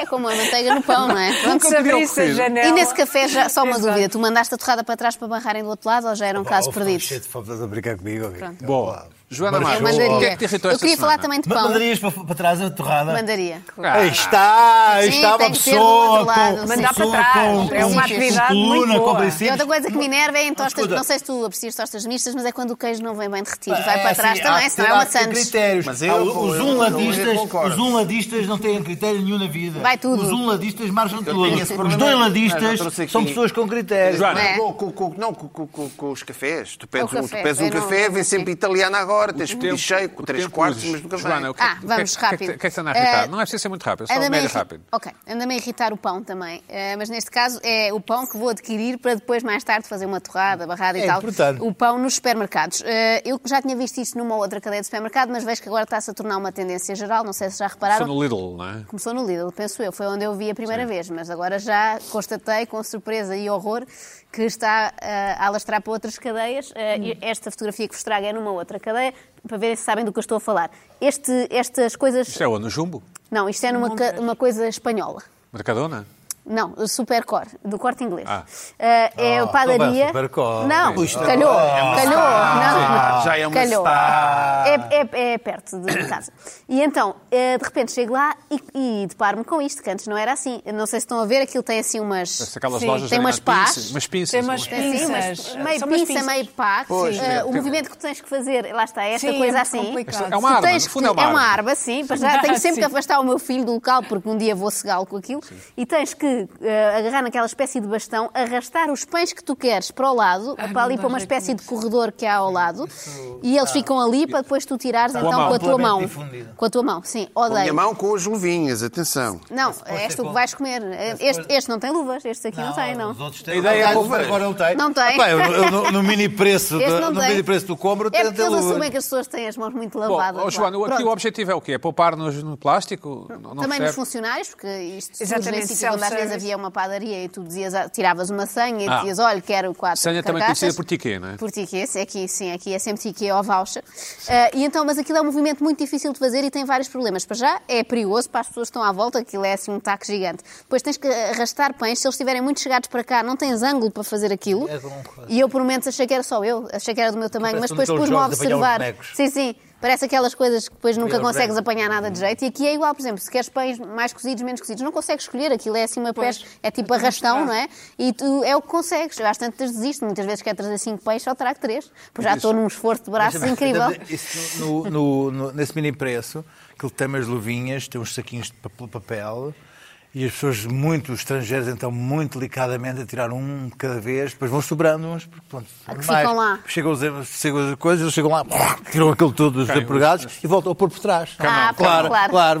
C: É como a manteiga no pão, não
B: [LAUGHS]
C: é? Pronto.
A: Nunca
F: Se
A: me tinha
F: abrisse a
A: ocorrido.
F: janela...
C: E nesse café, já, só uma
F: Exato.
C: dúvida, tu mandaste a torrada para trás para barrarem do outro lado ou já era um caso perdido?
D: Cheio de fome de brincar comigo. amigo.
A: Bom, Joana
D: Mas
C: Eu
A: Marques,
C: mandaria.
A: o que é que te irritou
C: Eu
A: esta
C: queria falar
A: semana?
C: também de
B: Ma-
C: pão.
B: Mandarias para, para trás a torrada?
C: Mandaria.
A: Ah,
B: Aí está, aí
C: Sim,
B: está uma
C: tem que ser do
B: pessoa
C: outro lado,
B: com,
C: sim.
F: Mandar para
B: pessoa
F: trás.
B: com-
F: É uma
B: com
F: atividade muito
B: coluna, com
F: boa.
B: princípios.
C: E outra coisa que me enerva é em tostas,
B: Escuta.
C: não sei se tu aprecias tostas mistas, mas é quando o queijo não vem bem derretido. Vai
B: É,
C: para trás
B: sim,
C: também,
B: há-
C: senão é uma
B: há que ter
C: sandes.
B: critérios.
E: Mas eu
B: Há- um
E: vou-
B: os
E: eu vou- eu
B: unladistas,
E: concordo.
B: os unladistas não têm critério nenhum na vida.
C: Vai tudo.
B: Os unladistas marcham
E: tenho
B: todos.
E: esse
B: Os
E: problema.
B: dois
E: Mas eu
B: ladistas
E: trouxe aqui-
B: são pessoas com critérios.
A: Joana,
C: É.
E: Com, com- com- não, com, com- com- com os cafés. Tu pedes
C: É o
E: um, tu
C: café,
E: pedes um
C: é, não,
E: café,
C: não,
E: vem
C: não,
E: sempre
C: sim.
E: italiano agora, tens
A: tempo-
E: um cheio com
A: o
E: 3
A: tempo
E: quartos,
A: uses.
E: mas nunca
A: Joana, o
E: vem.
A: que é que-
C: Ah, vamos,
A: o que é que-
C: rápido.
A: O que é que está a
C: Eh,
A: irritar? Não é preciso ser muito rápido, é só
C: Anda-me
A: médio
C: a irri-
A: rápido.
C: Ok, anda-me a irritar o pão também. Eh, mas neste caso é o pão que vou adquirir para depois, mais tarde, fazer uma torrada, barrada e
B: É
C: tal.
B: importante.
C: O pão nos supermercados. Eh, eu já tinha visto isto numa outra cadeia de supermercado, mas vejo que agora está-se a tornar uma tendência geral. Não sei se já repararam.
A: Sou no Lidl, não é?
C: Começou no Lidl, penso eu, foi onde eu vi a primeira vez, mas agora já constatei com surpresa e horror que está ah, a alastrar para outras cadeias. Ah,
A: Hum.
C: e Esta fotografia que vos trago é numa outra cadeia, para verem se sabem do que eu estou a falar. Este- estas coisas.
A: Isto é onde? No Jumbo?
C: Não, isto é numa ca- uma coisa espanhola.
A: Mercadona?
C: Não, Supercor, do corte inglês.
A: Ah.
C: Ah, é
B: Ah,
C: a padaria.
B: então vai Supercor.
C: Não,
B: Isto
C: calhou,
A: É
C: calhou. Não,
E: Já é uma
C: calhou.
E: star.
C: É, é- é perto de casa. E então, eh, de repente, chego lá e, e deparo-me com isto, que antes não era assim. Eu Não sei se estão a ver, aquilo tem assim umas.
A: Parece aquelas
F: Sim,
A: lojas
C: tem
A: ali nas
C: umas
A: pinças,
C: pás.
A: Umas pinças.
F: Tem
A: não é?
F: umas
C: Sim,
F: pinças.
C: assim, mas meio
F: São umas
C: pinça,
F: pinças.
C: meio pá.
E: Pois,
C: Eh,
E: é,
C: o
E: tem-
C: movimento que tens que fazer, lá está, esta
F: Sim, é
C: coisa
F: muito
C: assim.
F: complicado.
A: É uma
C: Tu
A: arma,
C: tens
A: no
C: que-
A: fundo é uma
C: É uma
A: arma.
C: arma, sim. Para já tenho sempre
F: Sim.
C: que afastar o meu filho do local, porque um dia vou cegá-lo com aquilo. E tens que de eh, agarrar naquela espécie de bastão, arrastar os pães que tu queres para o lado, para ali para uma espécie de corredor que há ao lado, e eles ficam ali para depois tu tirares então
A: mão.
C: com a tua mão.
B: Amplamente difundida.
C: Com a tua mão, sim,
E: Com a minha
C: odeio.
E: mão com as luvinhas, atenção.
C: Não,
B: ser
C: és tu que
B: com-
C: vais comer. É Este, este não tem luvas, este aqui não, tem, não.
B: Os outros têm.
A: A ideia é
B: agora,
A: que-
B: agora não tem.
C: Não tem.
B: Pá, eu- eu no, no mini preço,
C: Este
B: do,
C: não
B: no
C: tem.
B: mini preço do combro,
C: É
B: tem
C: porque
B: até
C: eles
B: luva.
C: assumem que as pessoas têm as mãos muito
A: Bom,
C: lavadas.
A: ó, Joana,
C: lá.
A: aqui o
C: Pronto.
A: objetivo é o quê? É poupar nos- no plástico? Não- não
C: Também
A: serve?
C: nos funcionários, porque isto surge
F: Exatamente,
C: em sítios onde às vezes
F: self-service.
C: havia uma padaria e tu dizias, ah, tiravas uma senha e
A: Ah.
C: dizias, olha, quero quatro
A: Senha também
C: carcaças.
A: conhecida por tiquê, não é?
C: Por tiquê, se- aqui sim, aqui é sempre tiquê ou voucher. Ah, e então, mas aquilo é um movimento muito difícil de fazer e tem vários problemas. Para já, é perigoso para as pessoas que estão à volta, aquilo é assim um taco gigante. Depois tens que arrastar pães, se eles estiverem muito chegados para cá, não tens ângulo para fazer aquilo.
B: É bom, claro.
C: e eu, por momentos, achei que era só eu, achei que era do meu tamanho, mas
B: Parece um
C: depois
B: daqueles
C: pus-me a
B: jogos de apanhar os
C: observar.
B: bonecos.
C: Sim, sim. Parece aquelas coisas que depois nunca
B: Apanhar os
C: consegues
B: bonecos.
C: apanhar nada de jeito. E aqui é igual, por exemplo, se queres pães mais cozidos, menos cozidos, não consegues escolher. Aquilo é assim uma
F: Pois.
C: pesca, é tipo arrastão, não é? E tu é o que consegues. Eu às tantas desisto. Muitas vezes quero trazer cinco peixes, só trago três. Porque já estou num esforço de braços
B: Deixa-me-
C: incrível.
B: [LAUGHS] Isso no- no- no- nesse mini preço, que ele tem umas luvinhas, tem uns saquinhos de pap- papel. E as pessoas, muito estrangeiras, então, muito delicadamente, a tirar um de cada vez, depois vão sobrando uns, porque pronto,
C: Ah, que
B: mais.
C: ficam lá.
B: Chegam, os- chegam as coisas, eles chegam lá, [LAUGHS] tiram aquilo tudo dos empregados e voltam a pôr por trás.
C: Ah,
B: claro,
C: pronto, claro,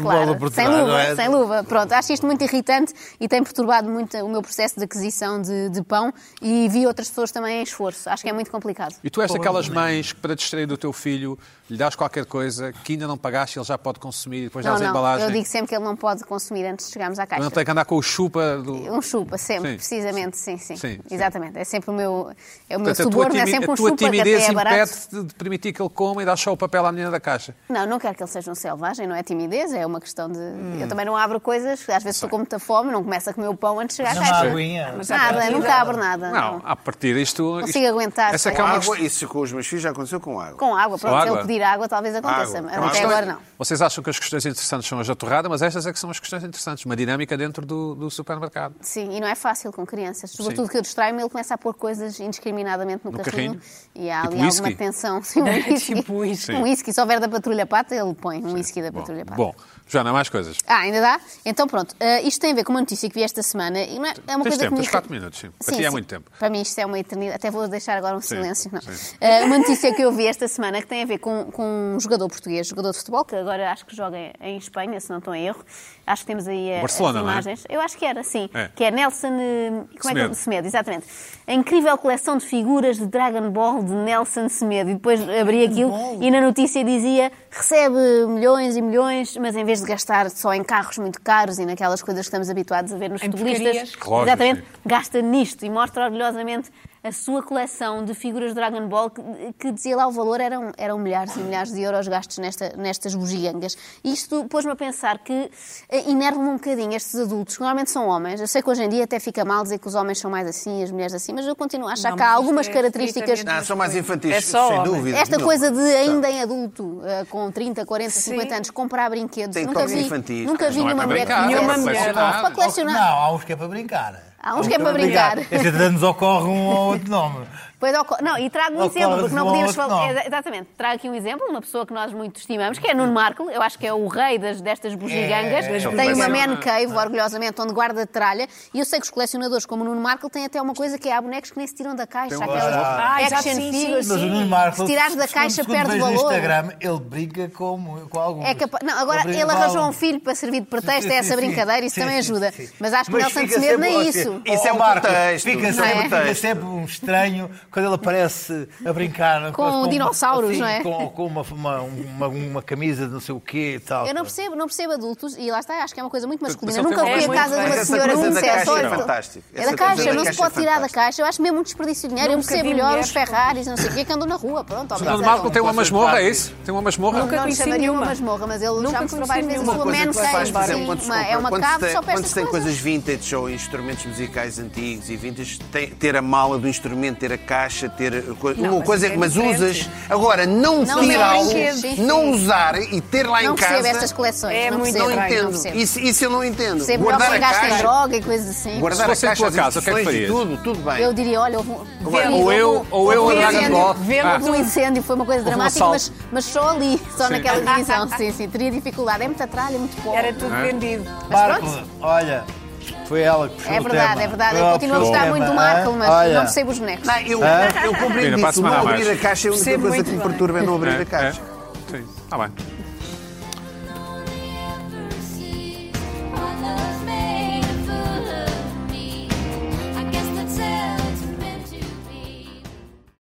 B: claro, voltam por
C: Sem
B: trás.
C: luva,
B: não é?
C: sem luva. Pronto, acho isto muito irritante e tem perturbado muito o meu processo de aquisição de, de pão e vi outras pessoas também em esforço. Acho que é muito complicado.
A: E tu és daquelas mães que, para distrair do teu filho, lhe dás qualquer coisa que ainda não pagaste e ele já pode consumir e depois
C: Não,
A: dás a
C: não,
A: embalagem.
C: eu digo sempre que ele não pode consumir antes de chegarmos à caixa.
A: Não tem que andar com o chupa do.
C: Um chupa, sempre,
A: Sim.
C: precisamente, sim, sim.
A: Sim, sim.
C: Exatamente. É sempre o meu, é o meu
A: Portanto, a tua,
C: suborno, é
A: timi-
C: sempre um
A: a tua
C: chupa que
A: timidez
C: até é barato.
A: impede-te de permitir que ele coma e dás só o papel à menina da caixa.
C: Não, não quero que ele seja um selvagem, não é timidez, é uma questão de.
A: Hum.
C: Eu também não abro coisas, às vezes estou com muita fome, não começo a comer o pão antes de chegar à
B: Não há
C: caixa.
B: aguinha.
F: Mas há
C: Nada,
F: comida.
C: nunca abro nada.
A: Não,
C: Ah, não.
A: à partida isto.
C: Consigo
A: isto-
C: aguentar,
A: Essa
C: sei
A: que é
E: Com
A: uma
E: água, isso com os meus filhos já aconteceu com água.
C: Com água, pronto, se
A: água.
C: ele pedir água talvez aconteça,
E: Água.
C: mas
E: É uma
C: até
E: questão-
C: agora não.
A: Vocês acham que as questões interessantes são as da torrada, mas estas é que são as questões interessantes. Uma dinâmica dentro do, do supermercado.
C: Sim, e não é fácil com crianças. Sobretudo que eu distraio-me, ele começa a pôr coisas indiscriminadamente no,
A: No
C: carrinho.
A: carrinho.
C: E há ali
A: Tipo
C: alguma
A: whisky?
C: tensão. [LAUGHS] Sim, um whisky.
F: [LAUGHS] Tipo whisky.
C: Um whisky. Se houver da patrulha pata, ele põe um whisky da
A: Bom,
C: patrulha pata.
A: bom, Joana, mais coisas.
C: Ah, ainda dá? Então pronto, Ah, isto tem a ver com uma notícia que vi esta semana. E não é, é
A: Tens
C: uma coisa
A: tempo,
C: que me...
A: tens quatro minutos, sim. Para ti é muito tempo.
C: Para mim isto é uma eternidade. Até vou deixar agora um silêncio. Não.
A: sim.
C: Ah, uma notícia que eu vi esta semana que tem a ver com, com um jogador português, jogador de futebol, que agora acho que joga em Espanha, se não estou em erro. Acho que temos aí ah,
A: Barcelona,
C: as
A: não é?
C: imagens. Eu acho que era, sim.
A: É.
C: Que é Nelson... eh, Como é que
A: Semedo.
C: é? Semedo, exatamente. A incrível coleção de figuras de Dragon Ball de Nelson Semedo. E depois abri aquilo e na notícia dizia recebe milhões e milhões, mas em vez de gastar só em carros muito caros e naquelas coisas que estamos habituados a ver nos
F: Em
C: futebolistas,
F: porcarias.
A: Relógios,
C: exatamente,
A: sim.
C: gasta nisto e mostra orgulhosamente a sua coleção de figuras de Dragon Ball, que, que dizia lá o valor, eram, eram milhares e milhares de euros gastos nesta, nestas bugigangas. E Isto pôs-me a pensar que eh, enerva-me um bocadinho estes adultos, que normalmente são homens. Eu sei que hoje em dia até fica mal dizer que os homens são mais assim e as mulheres assim, mas eu continuo a achar
F: Não,
C: que há
F: mas
C: algumas
F: isto é
C: características.
F: estritamente-
E: Ah, são mais infantis,
F: É só
E: sem
F: homem.
E: dúvida.
C: Esta
E: Não.
C: coisa de ainda em adulto, eh, com 30, 40, 50 anos, comprar brinquedos.
E: Tem
C: nunca
E: toques
C: vi,
E: infantis.
C: nunca
E: Mas
C: vi
A: não é
C: nenhuma
A: para
C: mulher que
A: brincar,
F: é
C: fizesse.
F: para colecionar.
C: Para colecionar.
B: Não, há uns que é para brincar.
C: Há uns que é para brincar.
B: Este até nos ocorre um ou outro nome.
C: Pois, oco- não, e trago um
B: Ocorre
C: exemplo, porque não
B: de um
C: podíamos
B: outro
C: falar.
B: nome.
C: Exa- Exatamente, trago aqui um exemplo, uma pessoa que nós muito estimamos, que é Nuno Marco, eu acho que é o rei das, destas bugigangas,
B: É, é,
A: é.
C: tem uma
A: Sim.
C: man cave, orgulhosamente, onde guarda tralha, e eu sei que os colecionadores, como o Nuno Marco, têm até uma coisa que é há bonecos que nem se tiram da caixa, aquelas
F: Ah, exato,
C: action
F: sim, sim.
C: figures.
B: um Mas o Nuno
C: sim.
B: Marco,
C: se tirares da
B: segundo-
C: caixa,
B: segundo
C: perde
B: vejo no
C: valor.
B: Instagram, ele brinca com, com alguns.
C: É capaz... Não, agora
B: brinca
C: ele
B: com
C: arranjou um
B: alguns.
C: filho para servir de pretexto
B: Sim,
C: a
B: sim,
C: essa
B: sim.
C: brincadeira, isso
B: Sim,
C: também
B: sim,
C: ajuda.
B: sim.
C: Mas acho que
B: Mas
C: Nelson
B: fica
C: Semedo
B: sempre
C: nem
B: ao-
C: isso.
E: Isso é um
B: Marco,
E: pretexto,
B: Fica
E: não
C: é?
B: sempre, fica sempre um estranho quando ele aparece a brincar
C: Com dinossauros,
B: assim,
C: não é?
B: Com, com uma, uma, uma, uma camisa de não sei o quê e tal.
C: Eu não percebo, não percebo adultos, e lá está, acho que é uma coisa muito masculina.
A: Mas ele
C: Nunca
A: tem
C: fui
F: uma-
C: a
F: É
C: casa de
F: muito
C: uma
F: bem.
C: senhora
E: Essa
C: que
E: coisa
C: me
E: da
C: dissesse,
E: caixa é
C: olha,
E: fantástica.
C: é
E: Essa
C: da
E: coisa
C: caixa,
E: da
C: não se
E: caixa
C: pode
E: é
C: tirar da
E: fantástica.
C: caixa. Eu acho mesmo um desperdício de dinheiro. Eu
F: Nunca
C: percebo
F: vi
C: melhor os
F: mulheres
C: Ferraris, não sei o quê, que andam na rua. Pronto,
A: O Nuno Marco tem uma masmorra, é isso? Tem uma masmorra?
C: Não
F: Nunca
C: lhe
F: conheci
C: chamaria uma
F: nenhuma.
C: masmorra, mas ele já mostrou
F: conheci
C: várias vezes a
E: Uma
C: sua
E: coisa
C: man
E: que se faz, por
C: cave.
E: exemplo, quando se
C: Uma- É
E: compra-
C: uma
E: quando se
C: cave
E: tem-
C: só para
E: quando se
C: estas
E: tem
C: coisas.
E: coisas vintage ou instrumentos musicais antigos e vintage, tem- ter a mala do instrumento, ter a caixa, ter a coisa- uma
F: mas
E: coisa,
F: isso é
E: mas
F: diferente.
E: usas. Agora, não,
C: Não,
E: tirar,
C: não, brinquedos.
E: não usar e ter lá
C: Não
E: em casa.
C: percebo estas coleções.
F: É
C: Não
F: muito
C: percebo,
E: Não
F: Ai,
E: entendo.
C: não percebo.
E: isso, isso eu não entendo.
C: Percebo melhor
E: guardar
C: quem
E: a
C: gasta em
E: caixa,
C: droga e coisas assim.
E: guardar
A: Se
E: a
A: fosse em
E: caixa,
A: tua
E: as
A: casa, o que é que
E: instruções e
A: farias?
E: tudo, tudo bem.
C: Eu diria, olha, houve um-
E: Agora,
C: houve
A: ou
C: um-
A: eu- ou eu
C: houve um
A: a Dragon
C: incêndio-
A: Ball. Ah.
C: Houve um incêndio, foi uma coisa dramática,
A: assalto.
C: mas, mas só ali, só
A: Sim. [LAUGHS]
C: naquela divisão. Sim, sim, teria dificuldade. É muita tralha, é muito pouco.
F: Era tudo vendido.
B: Marco, olha, Foi ela que puxou
C: É
B: o
C: verdade,
B: tema.
C: é verdade.
B: Foi
C: Eu
B: ela
C: continuo a
B: que puxou
C: gostar
B: o
C: muito do
B: tema,
C: Marco,
B: hein?
C: mas
B: Olha.
C: não percebo os bonecos.
E: Não, eu, eu compreendo
A: Pina, para a
E: isso.
A: semana
E: Não
A: há mais.
E: abrir a caixa é a única
F: É? Percebo
E: coisa
F: muito
E: que me
F: bem.
E: perturba é não abrir
A: É,
E: a caixa.
A: é. Sim, está bem.